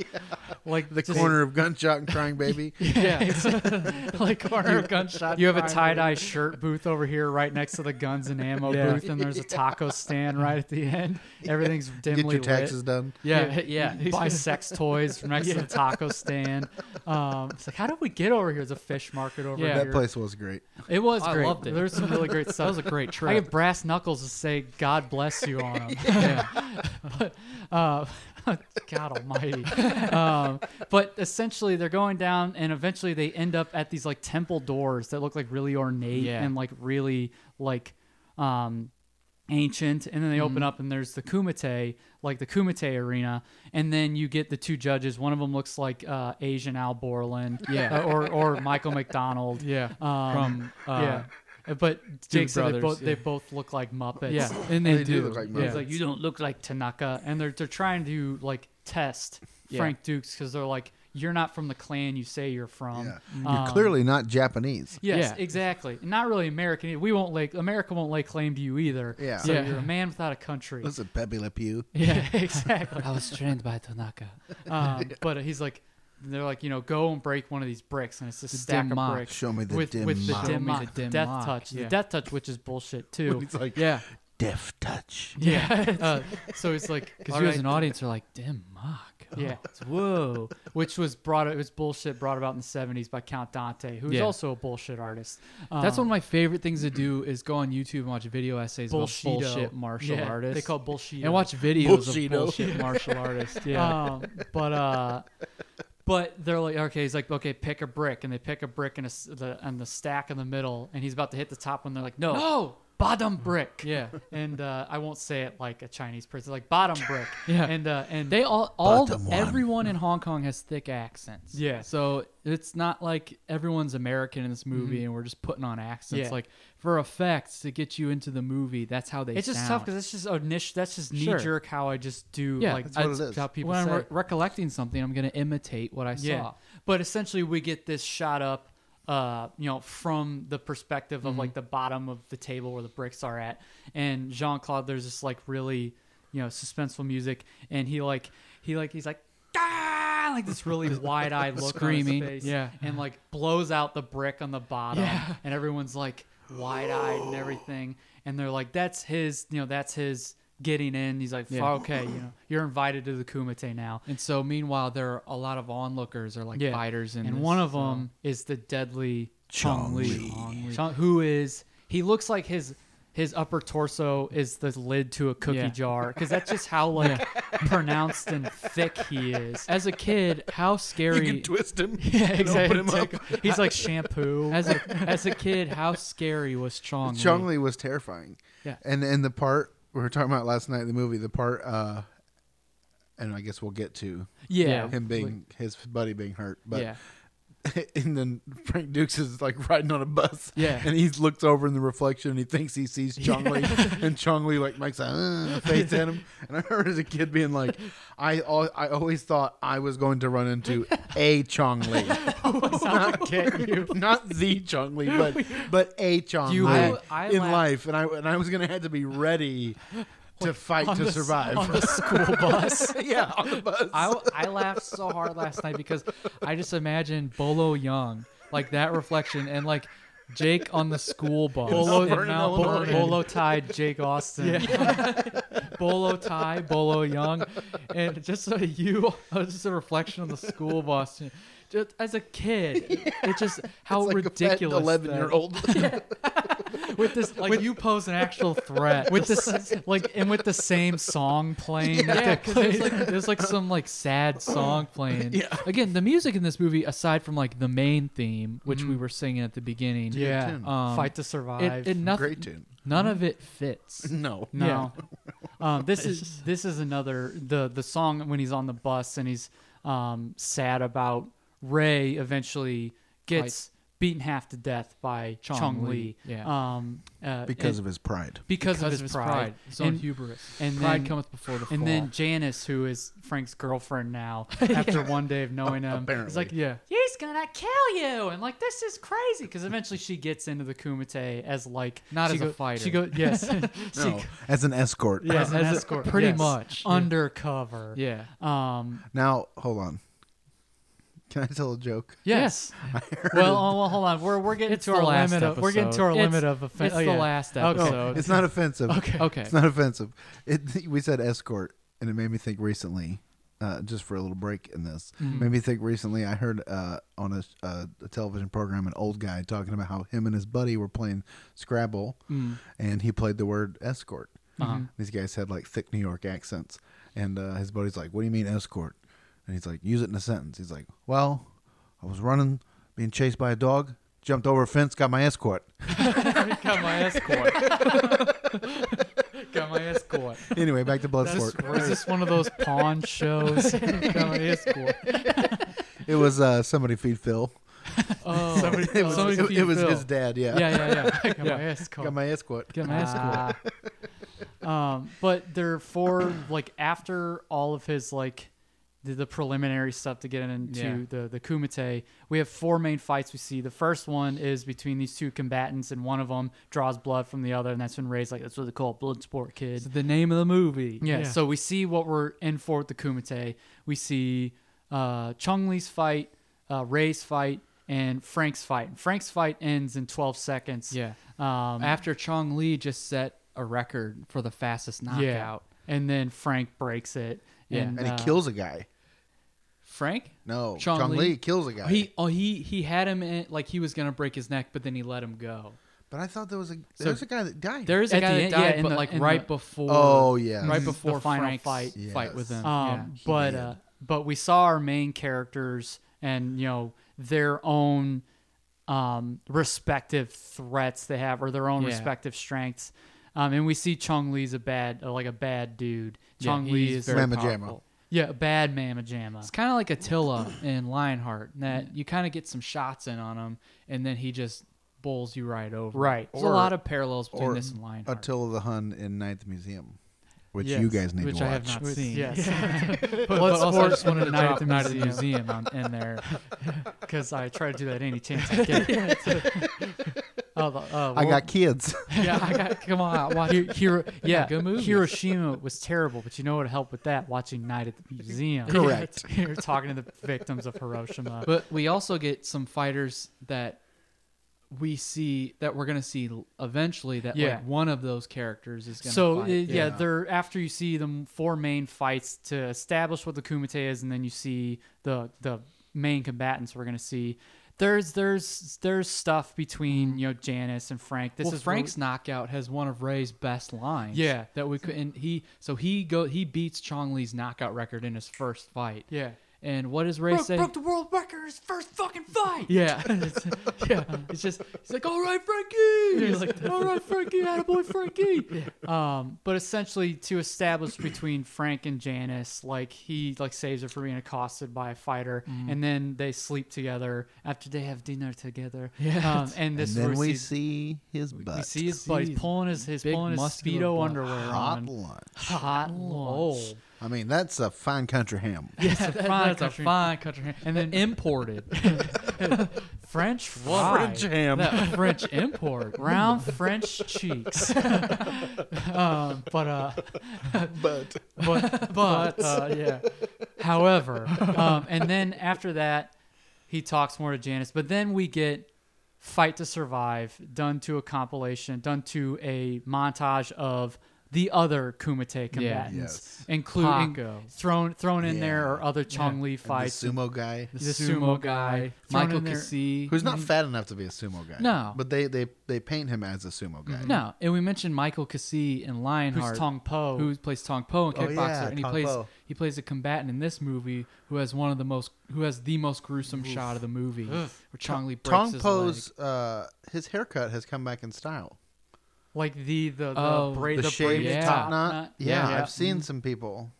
Like
The corner of gunshot and crying baby.
[LAUGHS] yeah, [LAUGHS] like corner of gunshot. You have a tie dye shirt booth over here, right next to the guns and ammo
Yeah.
booth, and there's a taco stand right at the end. Everything's dimly
Get your taxes
lit.
done.
Yeah, yeah.
buy sex toys from next to the taco stand. Um, it's like, how did we get over here? There's a fish market over
Yeah.
here.
That place was great.
It was
I
great.
loved it.
There's some really great stuff.
That was a great
I
trip.
get brass knuckles to say "God bless you" on
[LAUGHS]
them. [LAUGHS] but, uh, [LAUGHS] God Almighty. Um, but essentially, they're going down, and eventually they end up at these like temple doors that look like really ornate
Yeah.
and like really like um, ancient. And then they
Mm-hmm.
open up, and there's the Kumite, like the Kumite arena. And then you get the two judges. One of them looks like uh, Asian Al Borland,
Yeah.
uh, or or Michael
[LAUGHS]
McDonald,
yeah,
um,
from uh,
yeah. But Jake said they
Brothers,
both they
yeah.
both look like Muppets.
yeah, and they,
They do look like
yeah.
Muppets.
He's like, you don't look like Tanaka, and they're they're trying to like test
Yeah.
Frank Dukes because they're like, you're not from the clan you say you're from.
Yeah.
Um,
You're clearly not Japanese.
Yes,
Yeah.
exactly. Not really American. either. We won't lay America won't lay claim to you either.
Yeah.
So
Yeah.
you're a man without a country.
Listen, Pepe Le Pew.
[LAUGHS] Yeah,
[LAUGHS]
exactly.
I was trained by Tanaka.
Um, But he's like, they're like, you know, go and break one of these bricks, and it's this stack
Denmark.
of bricks
Show me the
with
dim
with the
mock.
Show me
Denmark,
the dim
death
mock,
touch, the
yeah.
death touch, which is
[LAUGHS]
bullshit too.
It's
[LAUGHS]
like
Yeah,
deaf touch. [LAUGHS]
Yeah. uh, so it's
[LAUGHS]
like
because
all
you as
right,
an audience are like, damn mock. [LAUGHS]
[LAUGHS] yeah, it's, whoa, which was brought it was bullshit brought about in the '70s by Count Dante, who's
Yeah.
also a bullshit artist. Um,
That's one of my favorite things to do is go on YouTube and watch video essays
bullshit,
about bullshit martial artists.
They call bullshit
and watch videos
Bullshido.
of bullshit martial
[LAUGHS]
artists. Yeah.
Um, but uh, but they're like, okay, he's like, okay, pick a brick, and they pick a brick and the and the stack in the middle, and he's about to hit the top one. They're like, no,
No!
bottom brick.
Yeah.
and uh, I won't say it like a Chinese person, like [LAUGHS] bottom brick.
Yeah.
and uh, and
They all, all
Bottom one.
everyone in Hong Kong has thick accents.
Yeah.
So it's not like everyone's American in this movie and we're just putting on accents.
Mm-hmm. Yeah.
Like for effects to get you into the movie, that's how they
It's just tough
sound.
because it's just a niche. That's just knee
Sure.
jerk how I just do.
Yeah,
like
that's
what
that's
it is.
how people
when
say.
I'm re- recollecting something, I'm going to imitate what I
yeah,
saw.
but essentially we get this shot up, uh, you know, from the perspective of
Mm-hmm.
like the bottom of the table where the bricks are at, and Jean Claude. There's this like really, you know, suspenseful music, and he like he like he's like. "Ah!" Like this
[LAUGHS]
really wide-eyed look
Screaming,
on his face,
yeah.
and like blows out the brick on the bottom,
Yeah.
and everyone's like wide-eyed and everything, and they're like, "That's his, you know, that's his getting in. He's like,
Yeah.
"Fuck, okay, you know, you're invited to the Kumite now.
And so, meanwhile, there are a lot of onlookers or like
Yeah.
fighters, in
and
this,
one of
so-
them is the deadly
Chong
Chong Li,
Li.
Chong Li. Chong- who is he looks like his his upper torso is the lid to a cookie
Yeah.
jar because that's just how like [LAUGHS] pronounced and thick he is.
As a kid, how
You
scary!
can twist him.
[LAUGHS] Yeah, exactly.
him up.
Take-
[LAUGHS]
He's like shampoo.
as
[LAUGHS]
a as a kid, how scary was Chong? Li?
Chong Li was terrifying.
Yeah.
And and the part we were talking about last night in the movie, the part uh and I guess we'll get to
yeah,
him being his buddy being hurt. But
yeah,
[LAUGHS] and then Frank Dukes is like riding on a bus.
Yeah.
And he looks over in the reflection and he thinks he sees
[LAUGHS]
Chong Li and Chong Li like makes a uh, face at him. And I remember as a kid being like, I al- I always thought I was going to run into a Chong
[LAUGHS]
Li.
Oh,
[LAUGHS] not, [LAUGHS] not the Chong Li, but but a Chong
You
Li
had-
I
in
laugh-
life. And I and I was gonna have to be ready to fight to
the-
survive.
on the
[LAUGHS]
school bus.
yeah, on the bus.
I I laughed so hard last night because I just imagined Bolo Young like that reflection and like Jake on the school bus.
Bolo,
Auburn,
now Bolo,
Illinois.
Bolo tied Jake Austin.
[LAUGHS] Bolo tie, Bolo Young, and just so you, uh, just a reflection on the school bus. Just as a
[LAUGHS]
kid, it just how
It's like a fat
ridiculous. that-
11 year old.
With this, like
Like you pose an actual threat
[LAUGHS] with this, like, and with the same song playing. that
Yeah,
they
because there's
played.
like there's like some like
[LAUGHS]
sad song playing. Yeah. Again, the music in this movie, aside from like the main theme, which
Mm-hmm.
we were singing at the beginning,
yeah,
tune.
um,
fight to survive.
it, it nothing,
Great Mm-hmm. tune.
None of it fits.
No.
No. [LAUGHS] um,
[LAUGHS]
this is this is another the the song when he's on the bus and he's um, sad about Ray eventually gets beaten half to death by Chong,
Li.
Li.
Yeah.
Um, uh, and-
Because of his pride.
because, of his, pride.
his own
And-
hubris.
and
pride
then-
cometh before the fall.
And then Janice, who is Frank's
[LAUGHS]
girlfriend now, after one day of knowing him,
Apparently.
is like,
yeah,
he's gonna kill you, and like this is crazy because eventually she gets into the Kumite as like
Not
she
as a
go-
fighter.
She goes yes, she,
No, as an escort.
yeah, as an
As a-
escort,
pretty
yes.
much, yeah.
undercover.
yeah,
Um.
Now, hold on. Can I tell a joke?
Yes. well, oh, well, hold on. We're we're getting
It's
to
the
our
last
limit. Of, we're getting to our
episode.
limit of offense.
It's the last
Okay.
episode.
[LAUGHS]
It's not offensive.
Okay. [LAUGHS]
okay.
It's not offensive. It, [LAUGHS] we said escort, and it made me think recently, uh, just for a little break in this, made me think recently. I heard uh, on a, uh, a television program an old guy talking about how him and his buddy were playing Scrabble, and he played the word escort.
Uh-huh.
These guys had like thick New York accents, and uh, his buddy's like, "What do you mean escort?" And he's like, "Use it in a sentence." He's like, "Well, I was running, being chased by a dog, jumped over a fence, got my
[LAUGHS]
escort."
Got [LAUGHS] my
[LAUGHS]
escort. Got my escort.
Anyway, back to
Is
Bloodsport.
this,
[LAUGHS]
is this one of those pawn shows? [LAUGHS] Got
[LAUGHS]
my escort.
It was uh, somebody feed Phil. [LAUGHS]
Oh,
it was,
somebody
it-
feed
it was
Phil.
his dad. Yeah.
yeah, yeah, yeah.
Got my escort.
Got my escort.
Got my escort.
Ah. um, but therefore, like after all of his like the, the preliminary stuff to get into
Yeah.
the the kumite, we have four main fights. We see the first one is between these two combatants, and one of them draws blood from the other, and that's when Ray's like, "That's what they call it, blood sport, kid."
the name of the movie.
Yeah, So we see what we're in for with the Kumite. We see uh, Chung Lee's fight, uh, Ray's fight, and Frank's fight. And Frank's fight ends in 12 seconds.
Yeah.
Um,
After Chong Li just set a record for the fastest knockout.
yeah. And then Frank breaks it.
Yeah.
And,
And
uh,
he kills a guy.
Frank?
No,
Chong
Chong,
Li-
Li. kills a guy.
He oh he he had him in, like he was gonna break his neck, but then he let him go.
but I thought there was a there was a guy that died.
There is a
At
guy
the
that
end- yeah,
died,
in
but
the-
like
in
right
the-
before.
Oh, yeah.
right
Mhm.
The
before
final
Frank's
fight.
fight with
Yes.
him.
Um,
he
but
did.
uh, but we saw our main characters and you know their own um, respective threats they have or their own
Yeah.
respective strengths. Um, and we see Chung Lee's a bad uh, like a bad dude.
Yeah,
Chung Lee
he's
is
very
Mamma jamma.
powerful.
yeah a bad mamma jamma.
It's kind of like Attila in Lionheart, in that you kind of get some shots in on him, and then he just bowls you right over.
Right.
There's a
Or-
lot of parallels between
or
this and Lionheart.
Attila the Hun in Ninth Museum, which
Yes,
you guys need
which
to
I
watch.
have not seen.
Yes, [LAUGHS]
but, but also I
Bloodsport
just wanted to
and Night at
drop
the
Night at the Museum on,
[LAUGHS]
in there.
because I try to do that any chance I [LAUGHS] get. Oh, the- uh,
I
well,
got kids.
yeah, I got come on, watch
Hi- Hiro- yeah,
good movies.
Hiroshima was terrible, but you know what helped with that? Watching Night [LAUGHS] at the Museum.
Correct.
[LAUGHS] You're talking to the victims of Hiroshima.
But we also get some fighters that we see that we're gonna see l- eventually that
Yeah.
like one of those characters is gonna
So uh,
fight.
yeah,
yeah.
they're after you see the m- four main fights to establish what the Kumite is, and then you see the the main combatants we're gonna see. There's there's there's stuff between you know Janice and Frank. This
well,
is where we-
Frank's knockout has one of Ray's best lines.
Yeah.
that we could and he so he go he beats Chong Lee's knockout record in his first fight.
yeah
and what does Ray
broke,
say?
broke the world record his first fucking fight.
[LAUGHS] Yeah, [LAUGHS] it's, yeah. It's just he's like, all right, Frankie. He's like, all right,
[LAUGHS]
Frankie, attaboy, Frankie.
Um, but essentially to establish between Frank and Janice, like he like saves her from being accosted by a fighter,
Mm-hmm.
and then they sleep together after they have dinner together.
Yeah.
um, and this
and then
is where
we
see-
see his butt.
You see his butt. He's
Jeez.
pulling his his
Big
pulling his
muscular
speedo
butt.
underwear
hot
on.
lunch.
Hot lunch.
I mean, that's a fine country ham.
Yes, a fine
That's a
country.
fine country, and
[LAUGHS]
then imported
French fry.
French ham.
that French import.
Round French cheeks. um, but uh,
[LAUGHS] But
but but uh, yeah. However, um, and then after that, he talks more to Janice. But then we get "Fight to Survive" done to a compilation, done to a montage of the other Kumite combatants,
Yes.
including
Paco.
thrown thrown in there or other Chong Li
the
fights.
[LAUGHS]
sumo guy,
the sumo guy, thrown
Michael
in there.
Cassie.
who's not fat enough to be a sumo guy.
No.
but they they they paint him as a sumo guy.
No, and we mentioned Michael Cassie in Lionheart,
Who's Tong Po?
who plays Tong Po in
Oh,
Kickboxer,
yeah,
and he
Tong
plays
Po.
he plays a combatant in this movie who has one of the most who has the most gruesome shot of the movie, where Chong Li breaks
Tong
his
Po's uh, his haircut has come back in style.
like the the the,
Oh,
bra-
The,
the
shaved
braided
yeah.
top
top
knot. Yeah,
Yeah.
I've seen some people.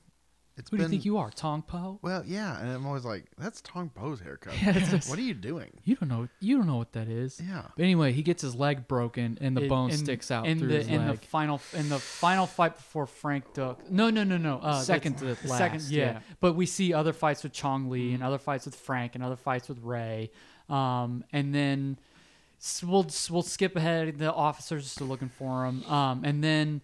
It's
Mm-hmm. Who do
been
you think you are, Tong Po?
well, yeah, and I'm always like, that's Tong Po's
[LAUGHS]
haircut.
it's just-
what are you doing?
You don't know. You don't know what that is.
Yeah.
But anyway, he gets his leg broken, and the
in-
bone
in-
sticks out
in
through
the
his
in the
leg.
final in the final fight before Frank Duck. No, no, no, no. Uh, that's-
Second to the
second.
last,
Yeah.
yeah. Mm-hmm.
but we see other fights with Chong Li and other fights with Frank and other fights with Ray, um, and then s- we'll s- we'll skip ahead. The officers are still looking for him, um, and then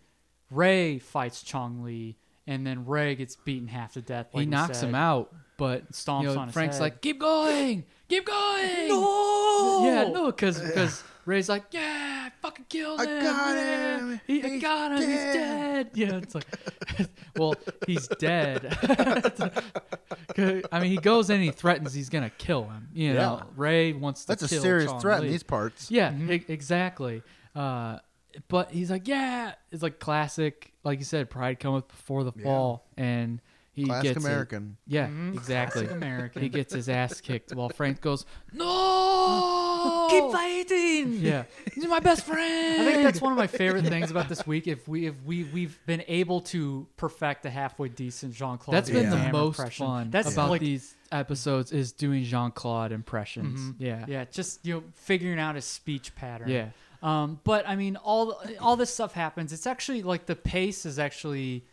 Ray fights Chong Li, and then Ray gets beaten half to death. Like
he
we
knocks
said.
him out, but
Stomps
you know,
on his
Frank's
head.
like, "Keep going, keep going."
No.
Yeah, no, because Ray's like, "Yeah, I fucking killed
I
him.
got
yeah,
him.
He, I
He's
got him. He's
dead."
dead." Yeah, it's like, [LAUGHS] well, he's
[LAUGHS]
dead. [LAUGHS] It's like- I mean, he goes in, and he threatens he's gonna kill him. You know,
Yeah.
Ray wants to.
That's a
kill
serious
Chong
threat
Li.
in these parts.
Yeah,
Mm-hmm.
e- exactly. Uh, but he's like, yeah, it's like classic, like you said, pride cometh before the fall, and he
Classic
gets it.
American.
Yeah, exactly.
Mm-hmm.
[LAUGHS]
American.
He gets his ass kicked while Frank
[LAUGHS]
goes, no,
Keep fighting.
Yeah, he's my
[LAUGHS]
best friend.
I think that's one of my favorite things about this week. If we if we we've been able to perfect a halfway decent Jean Claude.
That's been
Yeah.
the most fun
That's
about
like,
these [LAUGHS] episodes is doing Jean Claude impressions. Yeah,
Mm-hmm. yeah, just you know figuring out his speech pattern.
Yeah.
Um, but I mean, all all this stuff happens. It's actually like the pace is actually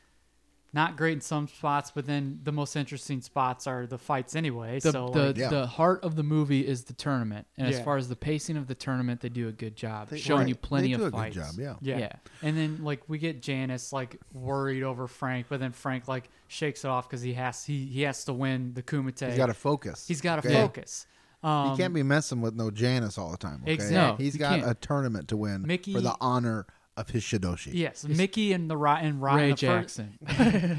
not great in some spots, but then the most interesting spots are the fights anyway.
the,
so
the,
like,
Yeah.
the heart of the movie is the tournament, and as
Yeah.
far as the pacing of the tournament, they do a good job
They-
showing
right.
you plenty
They do
of
a good
fights.
job, yeah.
Yeah.
Yeah.
And then like we get Janice like worried over Frank, but then Frank like shakes it off because he has he, he has to win the Kumite.
He's got to focus.
He's got to
okay?
focus. Um,
He can't be messing with no Janice all the time. Okay?
Exactly. No,
He's
you
got
can't.
a tournament to win
Mickey-
for the honor of his Shidoshi.
Yes, Mickey and the Ro- and Ro-
Ray
in the fir- [LAUGHS]
Jackson.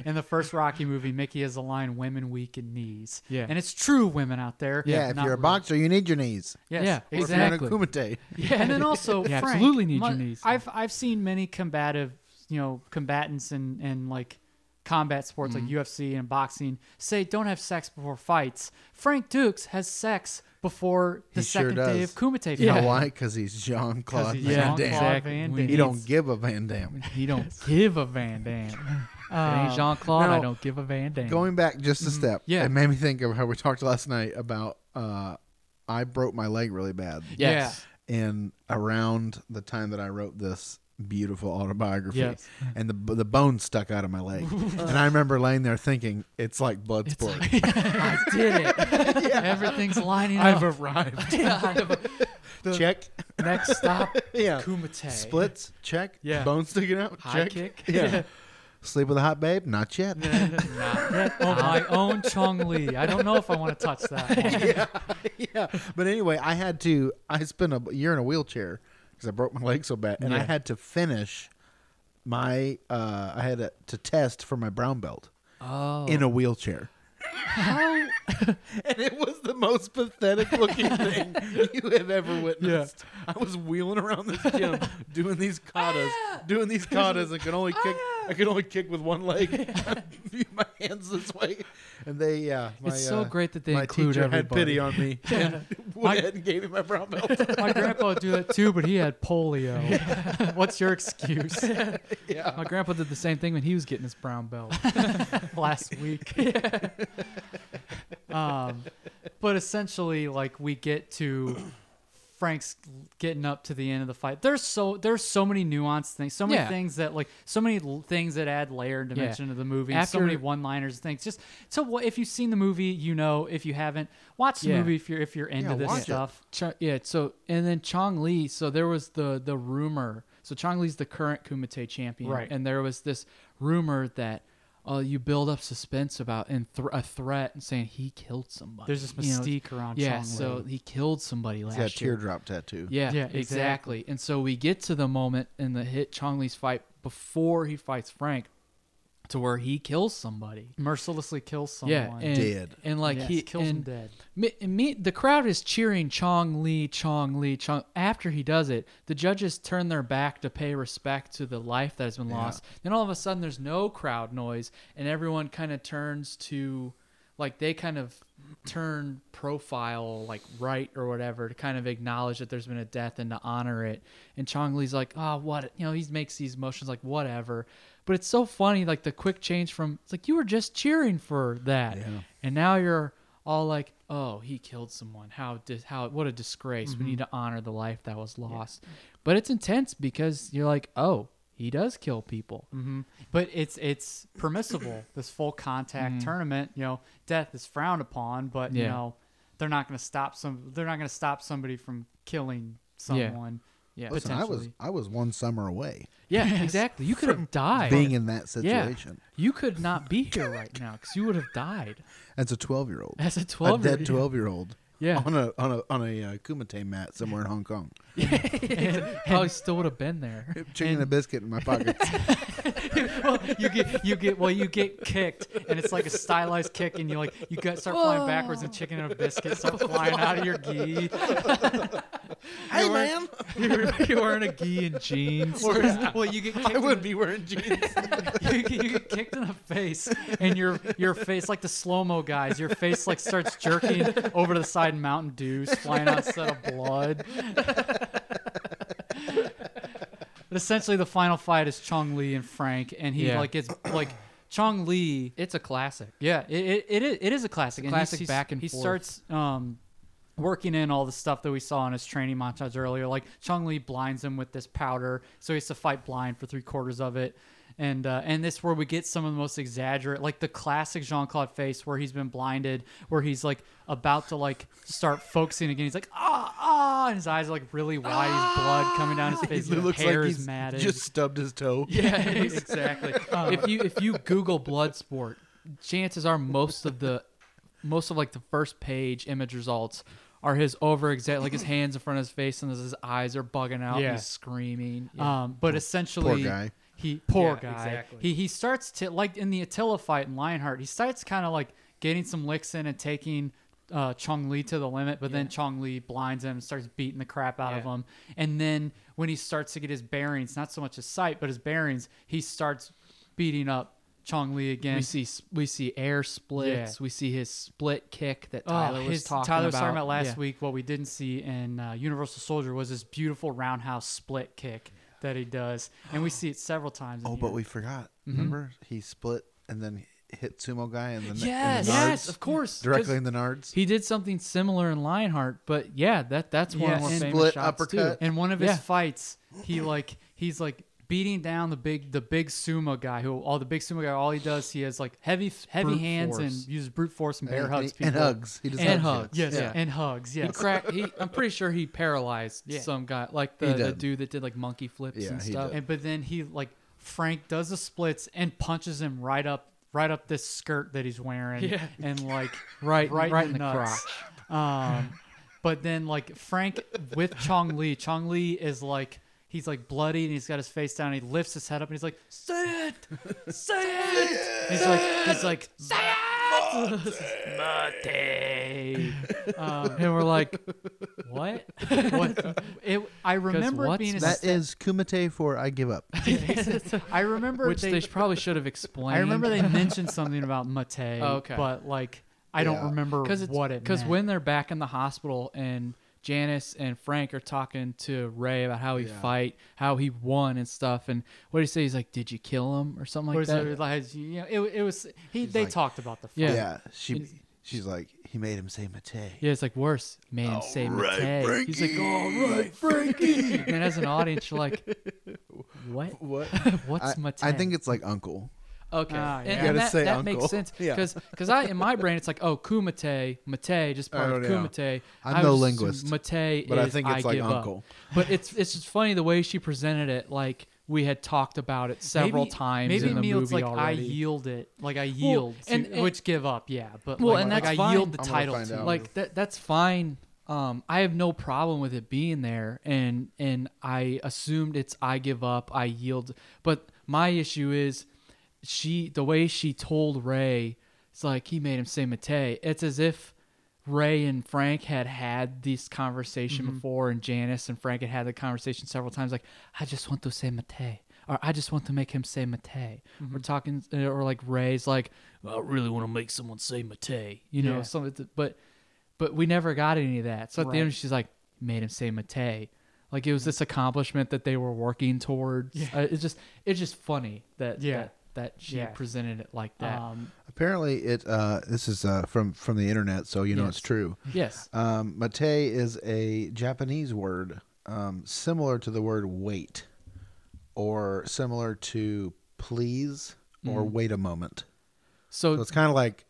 in the first Rocky movie, Mickey has the line "Women weak in knees."
Yeah.
and it's true women out there.
Yeah, if
not
you're a
really-
boxer, you need your knees.
Yes,
Yeah,
Or if you're
exactly.
in
[LAUGHS]
a kumite.
Yeah. And then also,
You
Frank,
absolutely need your
my-
knees.
I've I've seen many combative, you know, combatants and and like combat sports like UFC and boxing say don't have sex before fights. Frank Dukes has sex before the
He sure
second day
does.
of Kumite.
You
fight.
know why? Because he's
[LAUGHS]
Jean Claude
he's
Van
Jean-Claude
Damme.
Exactly. Van
We
Damme.
He
need-
don't give a Van Damme.
He don't give a Van
[LAUGHS]
Dam. it
Oh. Um,
ain't Jean Claude. I
now,
don't give a Van Dam.
Going back just a step,
Mm-hmm. yeah.
it made me think of how we talked last night about uh, I broke my leg really bad.
yes.
And around the time that I wrote this beautiful autobiography,
Yes.
and the the bone stuck out of my leg, and I remember laying there thinking, it's like blood sport.
I did [LAUGHS] it. Everything's lining up. [LAUGHS]
arrived.
[LAUGHS]
Check.
Next stop,
Yeah.
Kumite.
Splits. Check.
Yeah.
Bones sticking out.
High
check.
kick.
Yeah. Sleep with a hot babe? Not yet.
oh, my own Chung Lee. I don't know if I want to touch [LAUGHS] that. One.
yeah. [LAUGHS] But anyway, I had to. I spent a year in a wheelchair because I broke my leg so bad, and I
Yeah.
had to finish my. Uh, I had to, to test for my brown belt
Oh.
in a wheelchair. [LAUGHS] and it was the most
[LAUGHS]
pathetic looking thing you have ever witnessed. I was wheeling around this
[LAUGHS]
gym doing these katas,
Ah!
doing these katas, and could only kick. I could only kick with one
[LAUGHS]
leg. [LAUGHS] my hands this way, and they. Yeah, my,
It's so
uh,
great that they
my
include
teacher
everybody.
had pity
[LAUGHS]
on me [LAUGHS] and went
My-
ahead and gave me my brown belt.
My grandpa would do that too, but he had [LAUGHS] polio. What's your [LAUGHS] excuse?
yeah.
My grandpa did the same thing when he was getting his brown
[LAUGHS]
belt.
last week. um, but essentially, like we get to [CLEARS THROAT] Frank's getting up to the end of the fight. There's so there's so many nuanced things, so many
Yeah.
things that like so many l- things that add layer and
Yeah.
dimension to the movie. so
After-
many one-liners and things. Just so what if you've seen the movie, you know. If you haven't, watch the
Yeah.
movie if you're if you're into
Yeah,
this
watch it.
stuff.
Ch- yeah. So and then Chong Lee. So there was the the rumor. So Chong Lee's the current Kumite champion,
Right.
And there was this rumor that. Oh, you build up suspense about and thr a threat and saying he killed somebody.
There's this
you know?
mystique around
Yeah,
Chong
so
Li.
he killed somebody last
He's got a
year.
teardrop tattoo.
Yeah,
Yeah,
exactly.
exactly.
And so we get to the moment in the hit Chong Lee's fight before he fights Frank, to where he kills somebody.
mercilessly kills
Yeah,
someone.
and,
Dead.
and like
Yes,
he
kills him
and
dead.
Me, and me, the crowd is cheering Chong Lee, Chong Lee, Chong. After he does it, the judges turn their back to pay respect to the life that has been lost. Then all of a sudden, there's no crowd noise, and everyone kind of turns to, like they kind of turn profile like right or whatever to kind of acknowledge that there's been a death and to honor it. And Chong Lee's like, ah, what? You know, he makes these motions like whatever. But it's so funny, like the quick change from it's like you were just cheering for that, and now you're all like, "Oh, he killed someone. How dis- how what a disgrace. We
Mm-hmm.
need to honor the life that was lost." But it's intense because you're like, "Oh, he does kill people."
Mm-hmm.
but it's it's permissible this full contact tournament you know death is frowned upon but
Mm-hmm.
you
Yeah.
know they're not going to stop some they're not going to stop somebody from killing
Yeah.
someone
Yeah,
Listen, I was
potentially.
I was one summer away
yeah,
[LAUGHS]
exactly. You could have died.
being in that
yeah,
situation.
you could not be
[LAUGHS]
here right now because you would have died
As a twelve year old.
as a
a
twelve.
dead twelve year old.
Yeah.
On a on a on a uh, kumite mat somewhere in Hong Kong. [LAUGHS]
probably still would have been there.
Chicken and a biscuit in my pocket.
well, you get you get well you get kicked and it's like a stylized kick and you like you get start flying backwards and chicken and a biscuit
[LAUGHS]
start flying out of your gi
[LAUGHS] hey man,
you were [LAUGHS] you were in a gi and jeans.
or well you get kicked
I
in
wouldn't be wearing jeans.
[LAUGHS] you, get- you get kicked in the face and your your face like the slow-mo guys your face like starts jerking over to the side and mountain dews flying out instead of blood but essentially the final fight is chong Li and frank and he
Yeah.
like gets like chong Li.
It's a classic.
Yeah, it, it, it, is, it is a classic. And he's-
classic
he's-
back and
he
forth.
starts um, working in all the stuff that we saw in his training montage earlier. Like Chung Li blinds him with this powder, so he has to fight blind for three quarters of it. And uh, and this where we get some of the most exaggerate, like the classic Jean Claude face where he's been blinded, where he's like about to like start focusing again. He's like ah ah, and his eyes are like really wide, his blood coming down his face,
[LAUGHS] He
his
looks
hair
like
is
he's
matted. [LAUGHS]
just Uh. stubbed his toe.
Yeah,
[LAUGHS]
exactly. if you if you Google blood sport, chances are most of the most of like the first page image results are his over exact like [CLEARS THROAT] his hands in front of his face and his eyes are bugging out.
Yeah.
And he's screaming.
Um, but essentially,
guy.
he poor
Yeah,
guy.
exactly.
He he starts to like in the Attila fight in Lionheart. He starts kind of like getting some licks in and taking uh, Chong Li to the limit, but then Chong Li blinds him and starts beating the crap out of
Yeah.
him. And then when he starts to get his bearings, not so much his sight, but his bearings, he starts beating up Chong Li again.
we see we see air splits.
Yeah.
We see his split kick that
Oh,
Tyler was
his-
talking
Tyler was
about.
talking about last
Yeah.
week. What we didn't see in uh, Universal Soldier was this beautiful roundhouse split kick that he does, and we see it several times. in
Oh,
here.
but we forgot. Remember, he split and then hit sumo guy in the, ne- in the
Yes,
nards,
yes, of course. 'cause
directly in the nards.
He did something similar in Lionheart, but yeah, that that's one of
Yeah,
the more
and-
famous
Split
shots
uppercut.
too.
In one of his
Yeah.
fights, he like he's like beating down the big the big sumo guy who all the big sumo guy all he does he has like heavy heavy
Brute
hands
force.
and uses brute force and bear
And-
hugs people
and hugs. He just
And
hugs. you.
yes
Yeah.
and hugs
He
yes
cracked. He, I'm pretty sure he paralyzed
Yeah.
some guy, like
He
the, the
did.
dude that did like monkey flips
Yeah,
and
he
stuff.
did.
and but then he like Frank does the splits and punches him right up right up this skirt that he's wearing
Yeah.
and like
[LAUGHS] Right,
right,
right
in
in
the,
the
nuts. Um, but then like Frank with Chong Li, Chong Li is like he's like bloody and he's got his face down. And he lifts his head up and he's like, "Say it, say it." He's like, he's like, "Say it, Mate."
Uh.
Um,
and we're like,
[LAUGHS]
what? What? It, I remember it
what's
being a [LAUGHS]
That is Kumite for I give up.
I remember
which
they,
they, probably should have explained.
I
[LAUGHS]
remember they mentioned something about mate,
Oh, okay.
but like I don't
Yeah.
remember
because
what it
because
meant.
when they're back in the hospital and Janice and Frank are talking to Ray about how he fight, how he won and stuff, and what do you say? He's like, "Did you kill him?" or something
Or
like
is it
that.
like, you know, it, it was he. they
like-
talked about the fight.
Yeah.
she she's like he made him say Mate.
Yeah, it's like worse. Man, say
right,
Matei. He's like, "Oh, all right, Frankie. and as an audience, you're
[LAUGHS]
like, what?
What?
[LAUGHS] What's
I,
Matei?
I think it's like uncle.
okay,
Ah,
and,
yeah.
and
You gotta
that,
say
that
uncle.
makes sense
[LAUGHS] Yeah.
because I in my brain it's like, oh, Kumite, Matei, just part
I
of
don't know.
Kumite.
Oh, I'm
I
no
was-
linguist,
Matei,
but I
is
think it's like
give up.
uncle.
But it's it's just funny the way she presented it. Like we had talked about it several
maybe,
times
Maybe
in the
Neil's
movie
like
already.
I yield it, like I yield, to-
and- and-
which give up, yeah. But
Well,
like,
and
like,
that's
I yield
fine.
the
I'm gonna
title
find
to.
out.
like that that's fine um i have no problem with it being there and and i assumed it's i give up i yield but my issue is she the way she told ray it's like he made him say mate it's as if ray and frank had had this conversation
Mm-hmm.
before and janice and frank had had the conversation several times like i just want to say mate or I just want to make him say Mate.
Mm-hmm.
We're talking, uh, or like Ray's like, I really want to make someone say Mate, you know,
Yeah.
something. to- but but we never got any of that. So at the
Right.
end, she's like, made him say Mate. Like it was this accomplishment that they were working towards. Uh, it's just it's just funny that
Yeah.
that, that she
Yeah.
presented it like that.
Um,
Apparently, it uh, this is uh, from from the internet, so you know
Yes.
it's true.
yes.
Um, mate is a Japanese word um, similar to the word wait, or similar to please or wait a moment.
So,
So it's kind of like,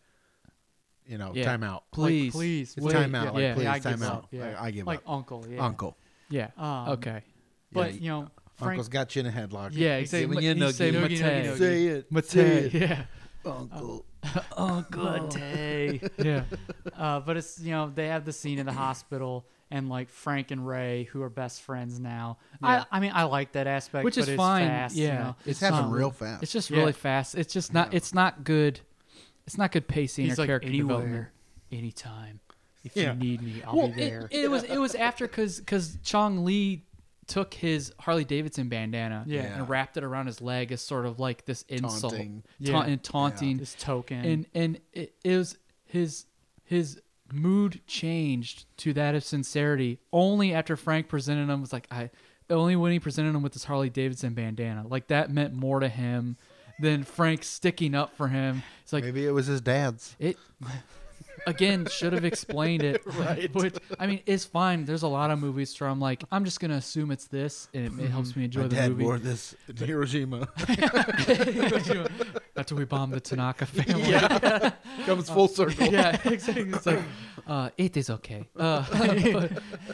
you know,
Yeah.
time out.
please,
like, please,
It's
wait,
time out.
yeah,
like,
yeah,
please,
I give
time out.
up, yeah.
Like, I give
like
up.
uncle, yeah.
Uncle.
yeah,
Um,
okay,
But
Yeah,
you know, Frank
Uncle's got you in a headlock.
yeah.
he's
Exactly.
giving you
You
noogie.
say
Noogie, noogie, noogie.
Mate.
Say it.
Mate.
Say
[LAUGHS]
[LAUGHS]
it,
Yeah. Oh,
Uncle.
Uncle Tay.
[LAUGHS] Yeah.
uh, but it's you know they have the scene in the hospital and like Frank and Ray who are best friends now.
Yeah.
I I mean I like that aspect,
Which
but
is
it's
fine.
Fast,
yeah.
you know?
It's happening
um,
real fast.
It's just
Yeah.
really fast. It's just not. It's not good. It's not good pacing
he's
or
like
character development.
anywhere, anytime. If
Yeah.
you need me, I'll
well,
be there.
It, it was it was after because because Chong Lee took his Harley Davidson bandana
Yeah.
and wrapped it around his leg as sort of like this insult,
Taunting.
Ta-
Yeah.
and taunting,
this token.
and and it, it was his his mood changed to that of sincerity only after Frank presented him was like I only when he presented him with this Harley Davidson bandana like that meant more to him than Frank sticking up for him. It's like
Maybe it was his dad's.
it again should have explained
[LAUGHS]
it. right. Which I mean, it's fine. There's a lot of movies where I'm like, I'm just gonna assume it's this, and it, it helps me enjoy
My
the
dad
movie. [LAUGHS]
wore this in Hiroshima.
After we bombed the
[LAUGHS]
Tanaka family. Uh,
Comes full circle.
Yeah, [LAUGHS] exactly. It's like, uh, it is okay. Uh, [LAUGHS]
[LAUGHS]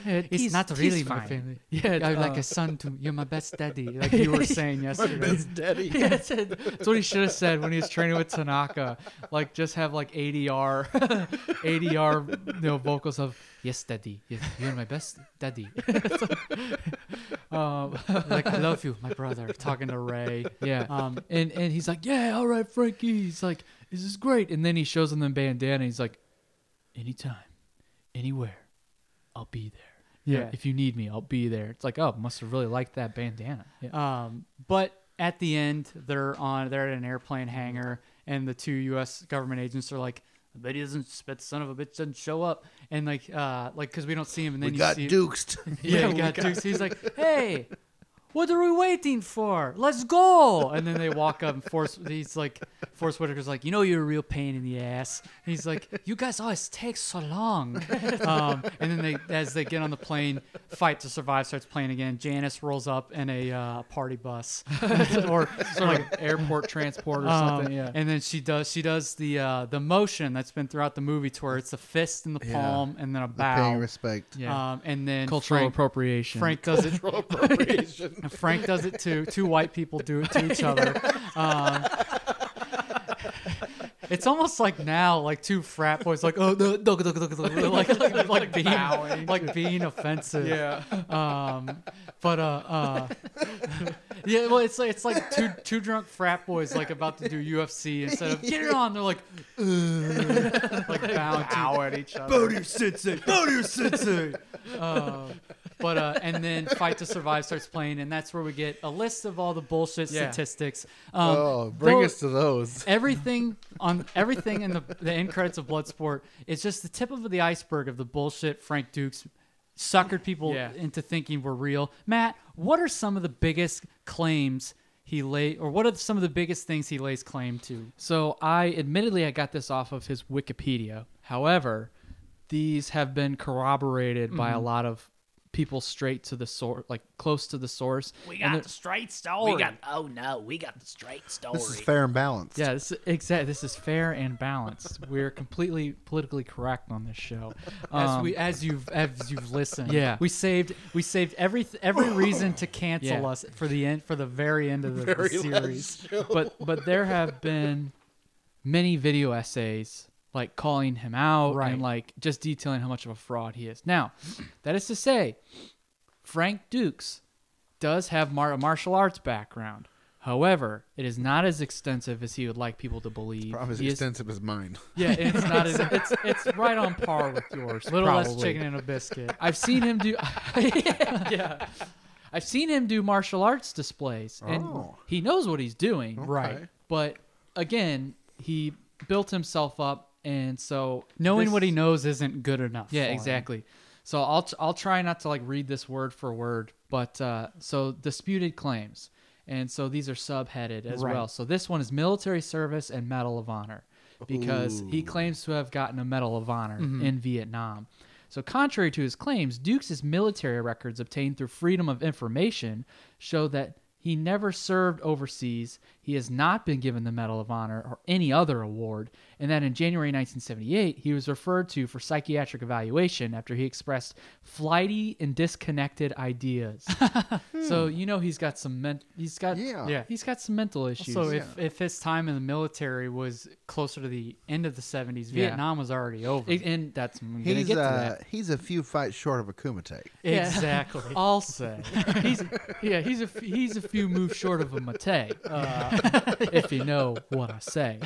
it's
he's-
not
he's
really my
fine.
family.
yeah,
I'm
uh,
like a son to you're my best
[LAUGHS]
daddy, like you were saying yesterday.
[LAUGHS]
[LAUGHS]
daddy.
Yeah, that's, it. That's what he should have said when he was training with Tanaka. Like, just have like [LAUGHS] ADR, ADR, you know, vocals of "Yes, Daddy, yes, you're my best
[LAUGHS]
Daddy." It's like, um,
like I love you, my brother. Talking to Ray.
yeah,
Um,
and and he's like, "Yeah, all right, Frankie." He's like, "This is great." And then he shows him the bandana. And he's like, "Anytime, anywhere, I'll be there."
Yeah.
if you need me, I'll be there. It's like, oh, must have really liked that bandana. Yeah.
Um, but at the end, they're on they're at an airplane hangar, and the two U.S. government agents are like, "I bet he doesn't. I Bet the son of a bitch doesn't show up." And like, uh, like because we don't see him, and then
We
you
got
see
duked.
Yeah, we
[LAUGHS]
got Dukes. He's like, "Hey, what are we waiting for? Let's go!" And then they walk up, and Force he's like, Force Whitaker's like, "You know, you're a real pain in the ass." And he's like, "You guys always take so
[LAUGHS]
long." Um, and then they, as they get on the plane, fight to survive starts playing again. Janice rolls up in a uh,
[LAUGHS]
party bus, or
Sort of like airport [LAUGHS] transport or something.
um,
yeah.
And then she does she does the uh, the motion that's been throughout the movie to where it's a fist in the palm and then a
Paying
bow.
respect.
Yeah.
Um, and then
Cultural
Frank, [LAUGHS]
appropriation.
Frank does it. And Frank does it too. Two white people do it
[LAUGHS]
to each other. Um, it's almost like now, like two frat boys, like oh, no, no, no, no, no, no," like
[LAUGHS]
like, like being like being offensive.
Yeah.
Um, but uh, uh, [LAUGHS] yeah. Well, it's like it's like two two drunk frat boys like about to do UFC instead of get it on. They're like "Ugh," like bowing to
Ow at each other.
sensei, Bodu sensei. Um, but uh, and then Fight to Survive starts playing, and that's where we get a list of all the bullshit
Yeah.
statistics. Um,
oh, bring
though-
us to those.
everything on everything in the the end credits of Bloodsport is just the tip of the iceberg of the bullshit Frank Dukes suckered people
Yeah.
into thinking were real. Matt, what are some of the biggest claims he lay, or what are some of the biggest things he lays claim to?
So I admittedly I got this off of his Wikipedia. However, these have been corroborated by
Mm-hmm.
a lot of people straight to the source, like close to the source. We got
straight story. We got oh no, we got the straight story.
This is fair and balanced.
Yeah, this is, exactly. This is fair and balanced. We're completely politically correct on this show.
As
Um,
we as you've as you've listened,
Yeah.
we saved we saved every every reason to cancel
Yeah.
us for the end for the very end of the, the series.
but but there have been many video essays like calling him out
Right.
and like just detailing how much of a fraud he is. Now, that is to say, Frank Dukes does have mar- a martial arts background. However, it is not as extensive as he would like people to believe.
Probably as
He is-
extensive as mine.
yeah, it's not as it's it's right on par with yours.
Little less
probably.
chicken and a biscuit.
I've seen him
[LAUGHS]
do. [LAUGHS] yeah, I've seen him do martial arts displays, and
Oh.
he knows what he's doing,
Right.
But again, he built himself up, and so
Knowing
this-
what he knows isn't good enough.
yeah,
for him.
exactly. So I'll t- I'll try not to like read this word for word, but uh, so disputed claims, and so these are subheaded as
Right.
well. So this one is military service and Medal of Honor, because he claims to have gotten a Medal of Honor in Vietnam. So contrary to his claims, Dukes' military records obtained through Freedom of Information show that he never served overseas. He has not been given the Medal of Honor or any other award, and that in January 1978, he was referred to for psychiatric evaluation after he expressed flighty and disconnected ideas. so you know he's got some men- he's got
Yeah.
Yeah.
he's got some mental issues.
So if, if his time in the military was closer to the end of the 70s,
Yeah.
Vietnam was already over.
It- and that's I'm gonna
He's
get to
uh,
that.
he's a few fights short of a Kumite.
Yeah.
Exactly. [LAUGHS]
Also, [LAUGHS] he's yeah he's a f- he's a few moves short of a Mate, uh,
[LAUGHS]
if you know what I say.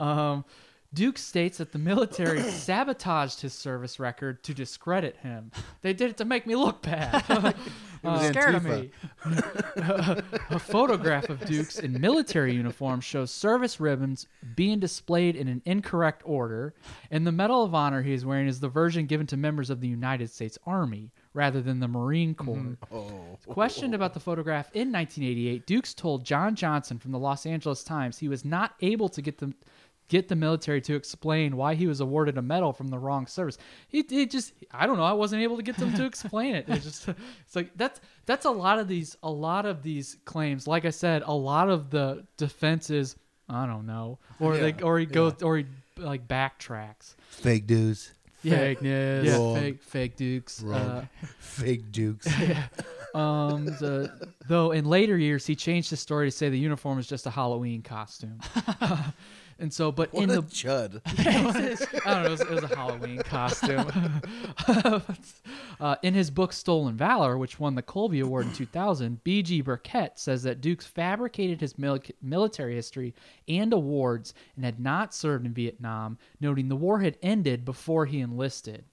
Um, Duke states that the
[COUGHS]
military sabotaged his service record to discredit him. They did it to make me look bad.
It
Oh,
was
scared of
Antifa.
me.
A photograph of Dukes in military uniform shows service ribbons being displayed in an incorrect order, and the Medal of Honor he is wearing is the version given to members of the United States Army rather than the Marine Corps.
Mm-hmm.
Questioned about the photograph in 1988, Dukes told John Johnson from the Los Angeles Times he was not able to get the get the military to explain why he was awarded a medal from the wrong service. It, it just I don't know. I wasn't able to get them to explain it. It's just [LAUGHS] it's like that's that's a lot of these a lot of these claims. Like I said, a lot of the defenses I don't know, or
Yeah,
they or he goes or he like backtracks.
Fake dudes.
Fake news.
Yeah,
Wrong.
fake fake Dukes.
Wrong.
uh, [LAUGHS]
Fake dukes.
um, the, though in later years he changed his story to say the uniform is just a Halloween [LAUGHS] costume. and so, but
what
in
a
[LAUGHS] the
chud.
[LAUGHS] I don't know, it was, it was a Halloween costume. [LAUGHS] uh, in his book Stolen Valor, which won the Colby Award in 2000, B.G. Burkett says that Dukes fabricated his mil- military history and awards and had not served in Vietnam, noting the war had ended before he enlisted.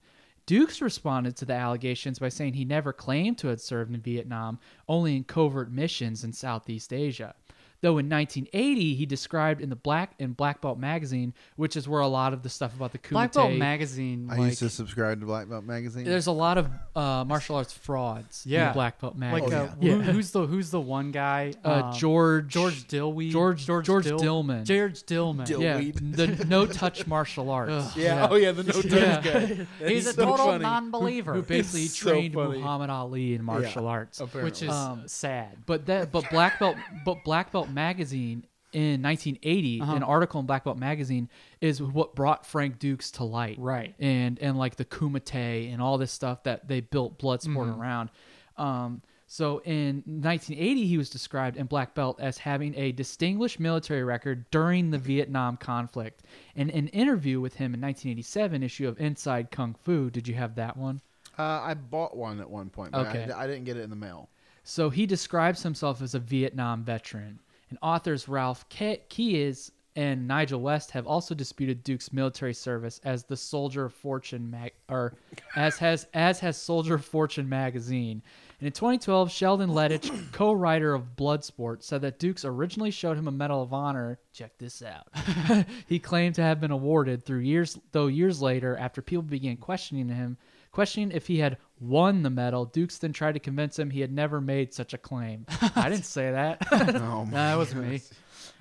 Dukes responded to the allegations by saying he never claimed to have served in Vietnam, only in covert missions in Southeast Asia. Though in 1980, he described in the Black in Black Belt magazine, which is where a lot of the stuff about the Kumite.
Black Belt magazine.
I
like,
used to subscribe to Black Belt magazine.
There's a lot of uh, martial arts frauds. in
Yeah.
the Black Belt
like
magazine.
uh,
Oh,
who- who's the who's the one guy?
uh,
Um,
George
George Dillwee.
George- George
Dill-
Dillman.
George Dillman.
Dill-
Yeah,
Weed.
[LAUGHS]
the no touch martial arts.
Yeah. Oh yeah, the no touch
Yeah.
guy.
He's a
so
total
funny.
non-believer,
Who basically
It's so
trained
funny.
Muhammad Ali in martial arts.
which is
Um,
sad.
But that but Black Belt but Black Belt magazine in 1980, an article in Black Belt magazine is what brought Frank Dukes to light.
Right.
And and like the Kumite and all this stuff that they built Bloodsport around. Um, So in 1980, he was described in Black Belt as having a distinguished military record during the Vietnam conflict. And an interview with him in 1987 issue of Inside Kung Fu. Did you have that one?
Uh, I bought one at one point, but I-
Okay.
I, didn't get it in the mail.
So he describes himself as a Vietnam veteran. And authors Ralph Ke- Keyes and Nigel West have also disputed Duke's military service as the Soldier of Fortune mag- or as has as has Soldier of Fortune magazine. And in 2012, Sheldon Lettich, [COUGHS] co-writer of Bloodsport, said that Dukes originally showed him a Medal of Honor. Check this out. [LAUGHS] he claimed to have been awarded through years, though years later, after people began questioning him, questioning if he had won the medal. Dukes then tried to convince him he had never made such a claim. I didn't say that.
Oh,
no, that wasn't me.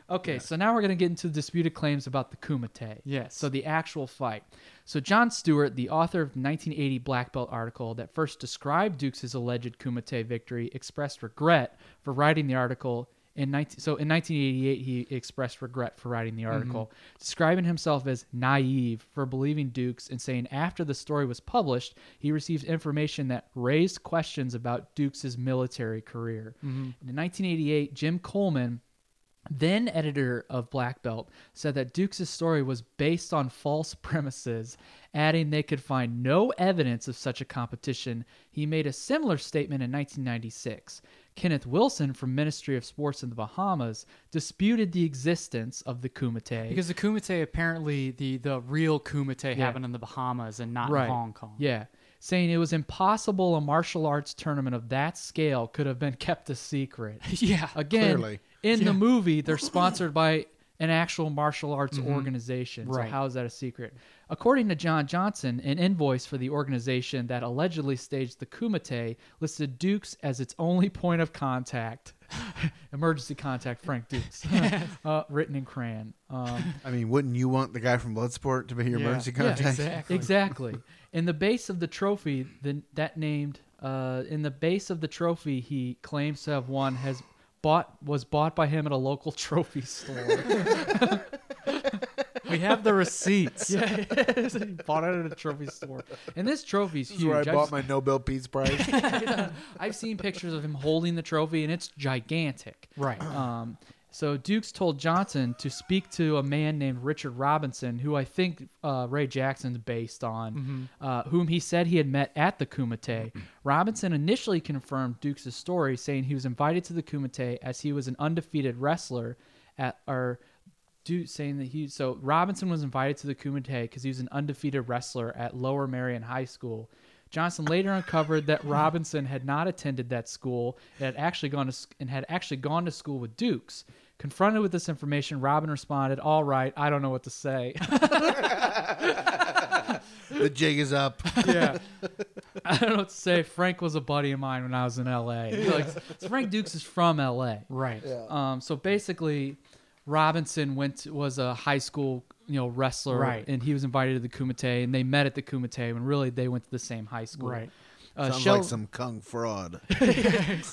Okay, so now we're going to get into disputed claims about the Kumite.
Yes.
So the actual fight. So John Stewart, the author of the 1980 Black Belt article that first described Dukes' alleged Kumite victory, expressed regret for writing the article. In 19, so in 1988, he expressed regret for writing the article, describing himself as naive for believing Dukes and saying after the story was published, he received information that raised questions about Dukes' military career. And in 1988, Jim Coleman, then editor of Black Belt, said that Dukes' story was based on false [LAUGHS] premises, adding they could find no evidence of such a competition. He made a similar statement in 1996. Kenneth Wilson from Ministry of Sports in the Bahamas disputed the existence of the Kumite.
Because the Kumite apparently the the real Kumite happened in the Bahamas and not in Hong Kong.
Yeah. Saying it was impossible a martial arts tournament of that scale could have been [LAUGHS] kept a secret.
[LAUGHS] Yeah.
Again,
Clearly.
in the movie, they're sponsored by an actual martial arts organization.
Mm-hmm. Right.
So how is that a secret? According to John Johnson, an invoice for the organization that allegedly staged the Kumite listed Dukes as its only point of contact. [LAUGHS] Emergency contact Frank Dukes, [LAUGHS] uh, written in crayon. Um,
I mean, wouldn't you want the guy from Bloodsport to be your emergency contact?
exactly.
Exactly. In the base of the trophy, the, that named uh, in the base of the trophy he claims to have won has bought was bought by him at a local [LAUGHS] trophy store.
We have the [LAUGHS]
[LAUGHS]
receipts.
yeah, he bought it at a trophy store. And this trophy's
[LAUGHS] This is where I
huge.
bought
I've,
my Nobel Peace Prize.
[LAUGHS] I've seen pictures of him holding the trophy, and it's gigantic.
Right.
[CLEARS THROAT] Um, so Dukes told Johnson to speak to a man named Richard Robinson, who I think uh, Ray Jackson's based on, uh, whom he said he had met at the Kumite. Robinson initially confirmed Dukes' story, saying he was invited to the Kumite as he was an undefeated wrestler at or Duke saying that he so Robinson was invited to the Kumite because he was an undefeated wrestler at Lower Marion High School. Johnson later uncovered that Robinson had not attended that school and had actually gone to sc- and had actually gone to school with Dukes. Confronted with this information, Robin responded, "All right, I don't know what to say." [LAUGHS]
the jig is up.
yeah. I don't know what to say. Frank was a buddy of mine when I was in LA. Like, Frank Dukes is from LA.
Right.
Um, so basically, Robinson went to, was a high school you know wrestler,
Right.
and he was invited to the Kumite, and they met at the Kumite when really they went to the same high school.
Right.
Uh,
Sounds
Shel-
like some kung fraud.
[LAUGHS]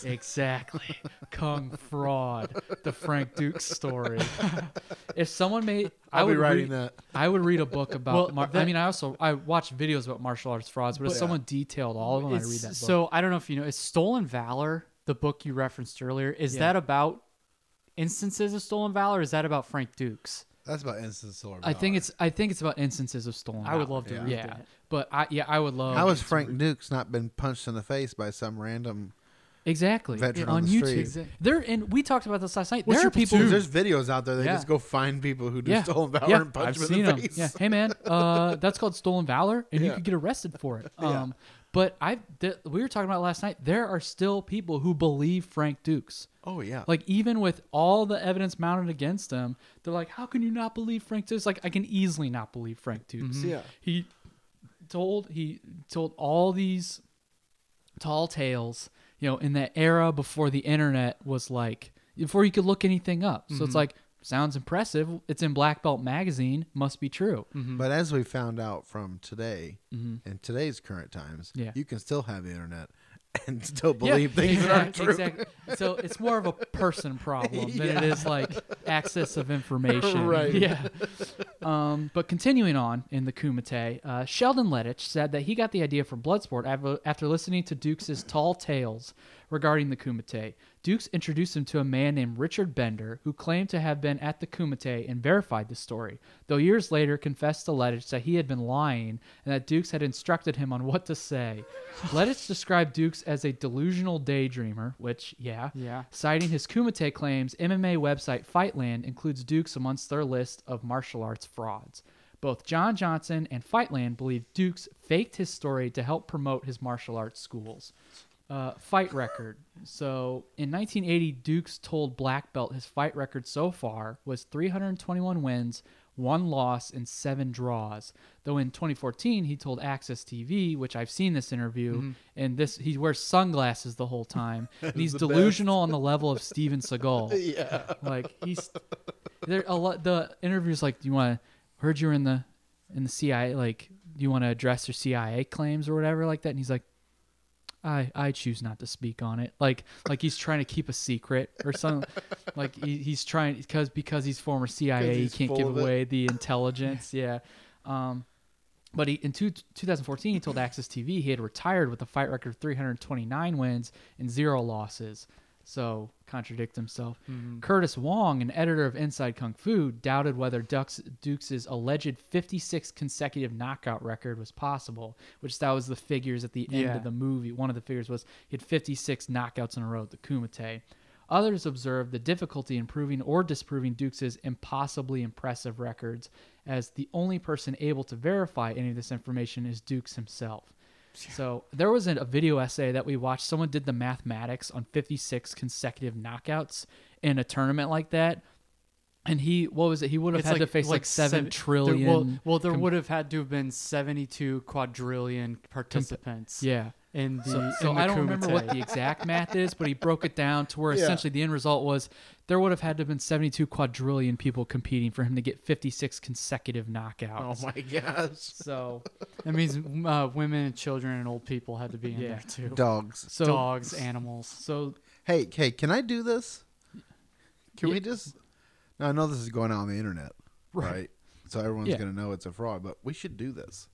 exactly. [LAUGHS] Kung fraud. The Frank Dukes [LAUGHS] story. if someone made, I
I'll be
would
writing
read-
that.
I would read a book about.
Well,
mar- I
that-
mean, I also I watch videos about martial arts frauds, but, if someone detailed all of them, I
It's-
read that book.
So I don't know if you know, is Stolen Valor the book you referenced earlier? Is that about instances of stolen valor? Or is that about Frank Dukes?
That's about instant sword.
I think it's I think it's about instances of stolen.
I would
valor.
love to read
Yeah,
that.
but I yeah I would love.
How has Frank Dukes not been punched in the face by some random?
Exactly.
veteran
Yeah, on,
on the street.
YouTube. There and we talked about this last night.
What's
there
your
are people.
platoon?
There's videos out there. They
Yeah.
just go find people who do
yeah,
[LAUGHS] stolen valor
yeah,
and punch
I've
them
seen
in the
'em.
face.
Yeah. Hey man, uh, that's called stolen valor, and you
Yeah.
could get arrested for
[LAUGHS]
it. Um, but I th- we were talking about it last night. There are still people who believe Frank Dukes.
[LAUGHS] Oh yeah.
Like even with all the evidence mounted against him, they're like, "How can you not believe Frank Dukes?" Like I can easily not believe Frank Dukes.
Yeah.
he told he told all these tall tales, you know, in that era before the internet was like before you could look anything up. So it's
Mm-hmm.
like sounds impressive. It's in Black Belt magazine, must be
[LAUGHS]
true.
But as we found out from today, in today's current times,
Yeah.
you can still have the internet [LAUGHS] and still believe things
exact-
that aren't true.
exact- So it's more
[LAUGHS]
of a person problem than it is like access of information.
Right.
Yeah. Um, but continuing on in the Kumite, uh, Sheldon Lettich said that he got the idea for Bloodsport av- after listening to Dukes' tall tales regarding the Kumite. Dukes introduced him to a man named Richard Bender, who claimed to have been at the Kumite and verified the story, though years later confessed to Lettich that he had been lying and that Dukes had instructed him on what to say. Lettich described Dukes as a delusional daydreamer, which, yeah,
Yeah.
citing his Kumite claims, MMA website Fightland includes Dukes amongst their list of martial arts frauds. Both John Johnson and Fightland believe Dukes faked his story to help promote his martial arts schools. Uh, fight record. So in 1980, Dukes told Black Belt his fight record so far was 321 wins, one loss, and seven draws. Though in 2014, he told Access TV, which I've seen this interview, and this he wears sunglasses the whole [LAUGHS] time. and he's delusional on the level of Steven Seagal. [LAUGHS] yeah, like he's there. A lot. The interview's like, "Do you want to? Heard you were in the in the CIA. Like, do you want to address your CIA claims or whatever like that?" And he's like. I, I choose not to speak on it. Like like he's trying to keep a secret or something. like he, he's trying because because he's former CIA,
he's
he can't
full
give
of it.
away
[LAUGHS]
the intelligence. yeah. Um, but he, in two, 2014, he told Access TV he had retired with a fight record of 329 wins and zero losses. So contradict himself.
Mm-hmm.
Curtis Wong, an editor of Inside Kung Fu, doubted whether Dux, Dukes' alleged 56 consecutive knockout record was possible, which that was the figures at the end
Yeah.
of the movie. One of the figures was he had 56 knockouts in a row at the Kumite. Others observed the difficulty in proving or disproving Dukes' impossibly impressive records, as the only person able to verify any of this information is Dukes himself. So there was a, a video essay that we watched. Someone did the mathematics on 56 consecutive knockouts in a tournament like that. And he, what was it? He would have
It's
had to face like,
seven-
seven trillion.
There, well, well, there would have had to have been 72 quadrillion participants.
yeah.
In the,
So, so
in the
I don't remember
Kumite.
what the exact math is, but he broke it down to where essentially the end result was there would have had to have been 72 quadrillion people competing for him to get 56 consecutive knockouts.
Oh my gosh.
[LAUGHS] So,
That means uh, women and children and old people had to be in there too.
Dogs.
so
Dogs, animals.
So
Hey, hey, can I do this? Can we just? Now I know this is going out on the internet, right? So everyone's
Yeah.
going to know it's a fraud, but we should do this.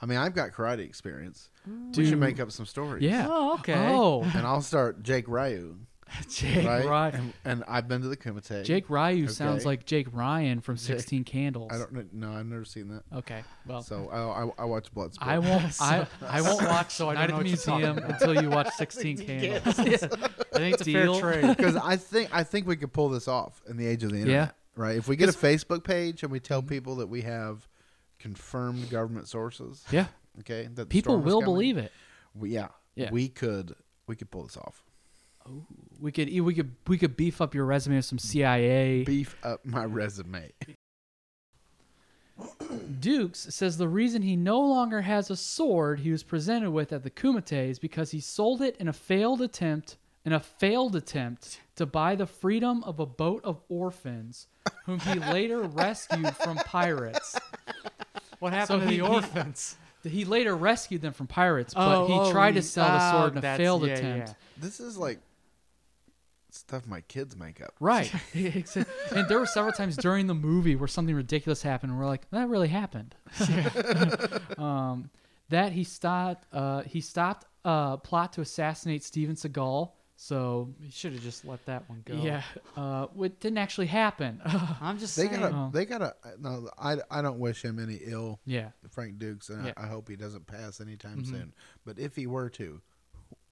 I mean, I've got karate experience. we should make up some stories.
yeah.
Oh, okay.
Oh,
and I'll start Jake Ryu,
[LAUGHS] Jake
right?
Ryan.
And, and I've been to the Kumite.
Jake Ryu sounds
Okay.
like Jake Ryan from 16 Candles.
I don't know. No, I've never seen that.
okay. Well,
So I, I, I watch Bloodsport.
Oh. I won't. I,
I won't watch, so I
Night
don't
at the
know what you're talking
museum
about.
until you watch 16 Candles.
I think it's
Deal.
a fair
[LAUGHS]
trade.
because I think I think we could pull this off in the age of the internet,
Yeah. Mm-hmm.
right? If we get a Facebook page and we tell people that we have confirmed government sources,
Yeah.
okay, that the
People
storm is
will
coming,
believe it.
We, yeah,
Yeah.
we could we could pull this off.
We could e- we could we could beef up your resume with some CIA.
Beef up my resume.
Dukes says the reason he no longer has a sword he was presented with at the Kumite is because he sold it in a failed attempt in a failed attempt to buy the freedom of a boat of orphans whom
[LAUGHS]
he later rescued from pirates.
What happened to
he-
the
he-
[LAUGHS] orphans?
He later rescued them from pirates, but
Oh,
he
oh,
tried to
he-
sell the
oh,
sword in a
that's-
failed
yeah,
attempt.
yeah.
This is like stuff my kids make up.
Right. Exa- and there were several times during the movie where something ridiculous happened and we're like, that really happened. um, [LAUGHS] that he stopped uh, he stopped a plot to assassinate Steven Seagal. So
You should have just let that one go.
yeah, uh, it didn't actually happen. [LAUGHS]
I'm just
They
saying.
gotta, they gotta. uh, No, I, I don't wish him any ill.
yeah.
Frank Dukes, and
Yeah. Mm-hmm.
I, I hope he doesn't pass anytime soon. But if he were to,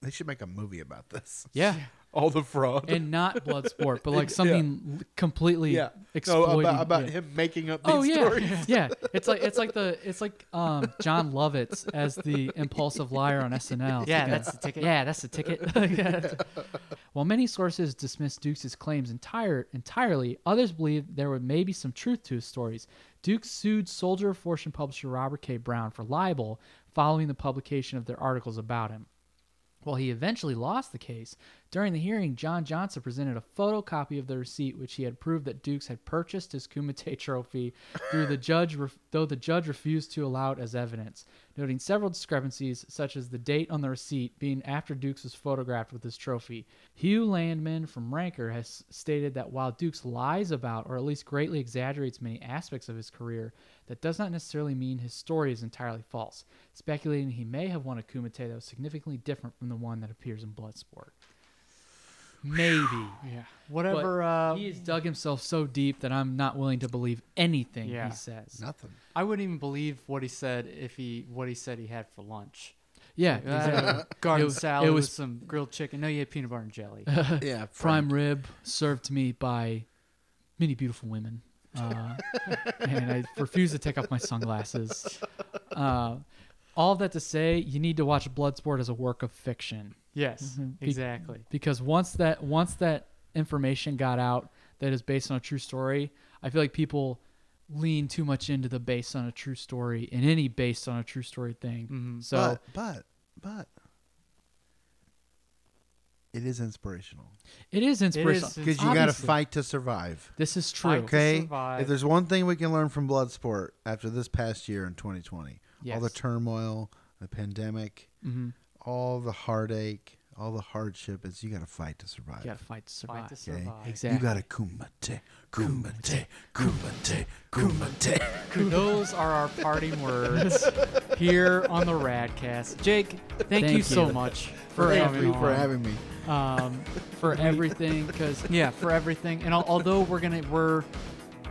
they should make a movie about this. [LAUGHS]
[LAUGHS]
Yeah.
All the fraud.
And not blood sport, but like something l- completely
yeah. No,
exploiting.
about, about
yeah.
him making up these
Oh yeah,
stories.
[LAUGHS] yeah. It's like it's like the it's like um, John Lovitz as the impulsive liar on SNL. It's
Yeah,
like a-
that's the ticket.
Yeah, that's the ticket. [LAUGHS] Yeah. While many sources dismiss Dukes' claims entire, entirely, others believe there would maybe some truth to his stories. Dukes sued Soldier of Fortune publisher Robert K. Brown for libel following the publication of their articles about him. While he eventually lost the case, During the hearing, John Johnson presented a photocopy of the receipt, which he had proved that Dukes had purchased his Kumite [LAUGHS] trophy, through the judge, ref- though the judge refused to allow it as evidence, noting several discrepancies, such as the date on the receipt being after Dukes was photographed with his trophy. Hugh Landman from Ranker has stated that while Dukes lies about, or at least greatly exaggerates, many aspects of his career, that does not necessarily mean his story is entirely false, speculating he may have won a Kumite that was significantly different from the one that appears in Bloodsport. Maybe.
Yeah.
But
Whatever. uh,
he has dug himself so deep that I'm not willing to believe anything
Yeah.
he says.
Nothing.
I wouldn't even believe what he said if he what he said he had for lunch.
Yeah,
Uh, [LAUGHS]
exactly.
garden
[LAUGHS] It was-
salad
it
with
was-
some grilled chicken. No, you had peanut butter
[LAUGHS]
and jelly.
Yeah,
Prime rib served to me by many beautiful women. Uh, and I refuse to take off my sunglasses. Uh, all that to say, you need to watch Bloodsport as a work of fiction.
yes,
Mm-hmm.
exactly.
because once that once that information got out that is based on a true story, I feel like people lean too much into the based on a true story in any based on a true story thing. So
But but but it is inspirational
it is inspirational
is
because you got to
Obviously.
fight to survive.
This is true.
Okay.
Okay,
survive.
if there's one thing we can learn from Bloodsport after this past year in 2020, all the
Yes.
turmoil, the pandemic, all the heartache, all the hardship, is you got to fight to survive.
You gotta fight to survive.
Fight to
okay?
survive.
Exactly.
You got to kumite, kumite, kumite, kumite.
Those are our parting
[LAUGHS]
words here on the Radcast. Jake, thank, you,
you.
so much for
Thank
having
you
on.
for having me.
um,
for everything because yeah for everything and al- although we're gonna we're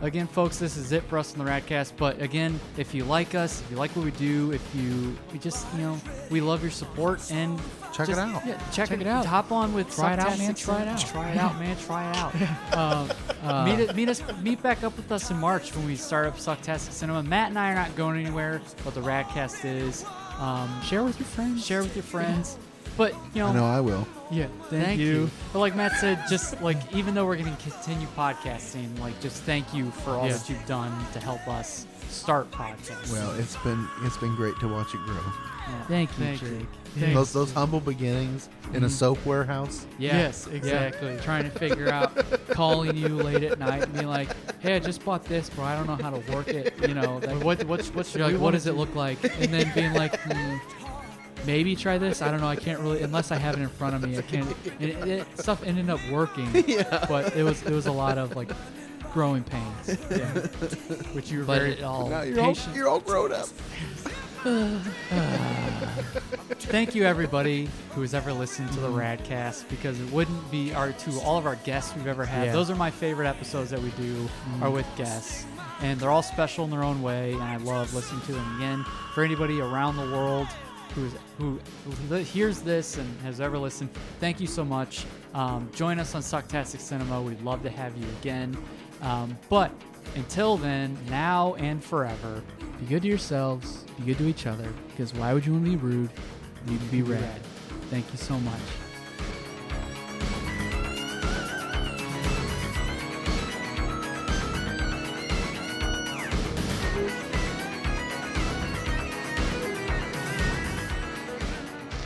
again folks this is it for us on the radcast but again if you like us if you like what we do if you we just you know we love your support and
Check it
just-
out.
yeah, check,
Check
it
it
out
out.
hop on with
Try it out,
Subtastic
man. Try it out.
try it out man try it out um, meet, it- meet us meet back up with us in march when we start up sucktastic cinema matt and i are not going anywhere but the radcast is um,
share with your friends.
share with your friends but you
I know I will.
yeah,
Thank
thank, you.
you.
But like Matt said, just like even though we're going to continue podcasting, like just thank you for all
Yeah.
that you've done to help us start podcasting.
Well, it's been it's been great to watch it grow.
Yeah.
Thank you,
Thank
Jake.
you.
Those those humble beginnings in a soap warehouse.
Yeah.
Yes,
Yeah.
exactly.
Trying to figure out, calling you late at night and being like, "Hey, I just bought this, bro. I don't know how to work it." You know, like,
What what's what's
you're like,
we
"What
wanna
does it
do-
look like?" And then being like, hmm, "Maybe try this. I don't know. I can't really unless I have it in front of me. I can't." And it, it, stuff ended up working, yeah. but it was it was a lot of like growing pains. Yeah.
Which you were
But
very
it-
all patient.
you're all grown up.
Thank you everybody who has ever listened to the Radcast because it wouldn't be our to all of our guests we've ever had.
Yeah.
Those are my favorite episodes that we do are with guests. And they're all special in their own way and I love listening to them again. For anybody around the world who's who li- hears this and has ever listened, thank you so much. Um, join us on Sucktastic Cinema. We'd love to have you again. Um, but until then, now and forever,
Be good to yourselves. Be good to each other. Because why would you want to be rude? You can be rad. Thank you so much.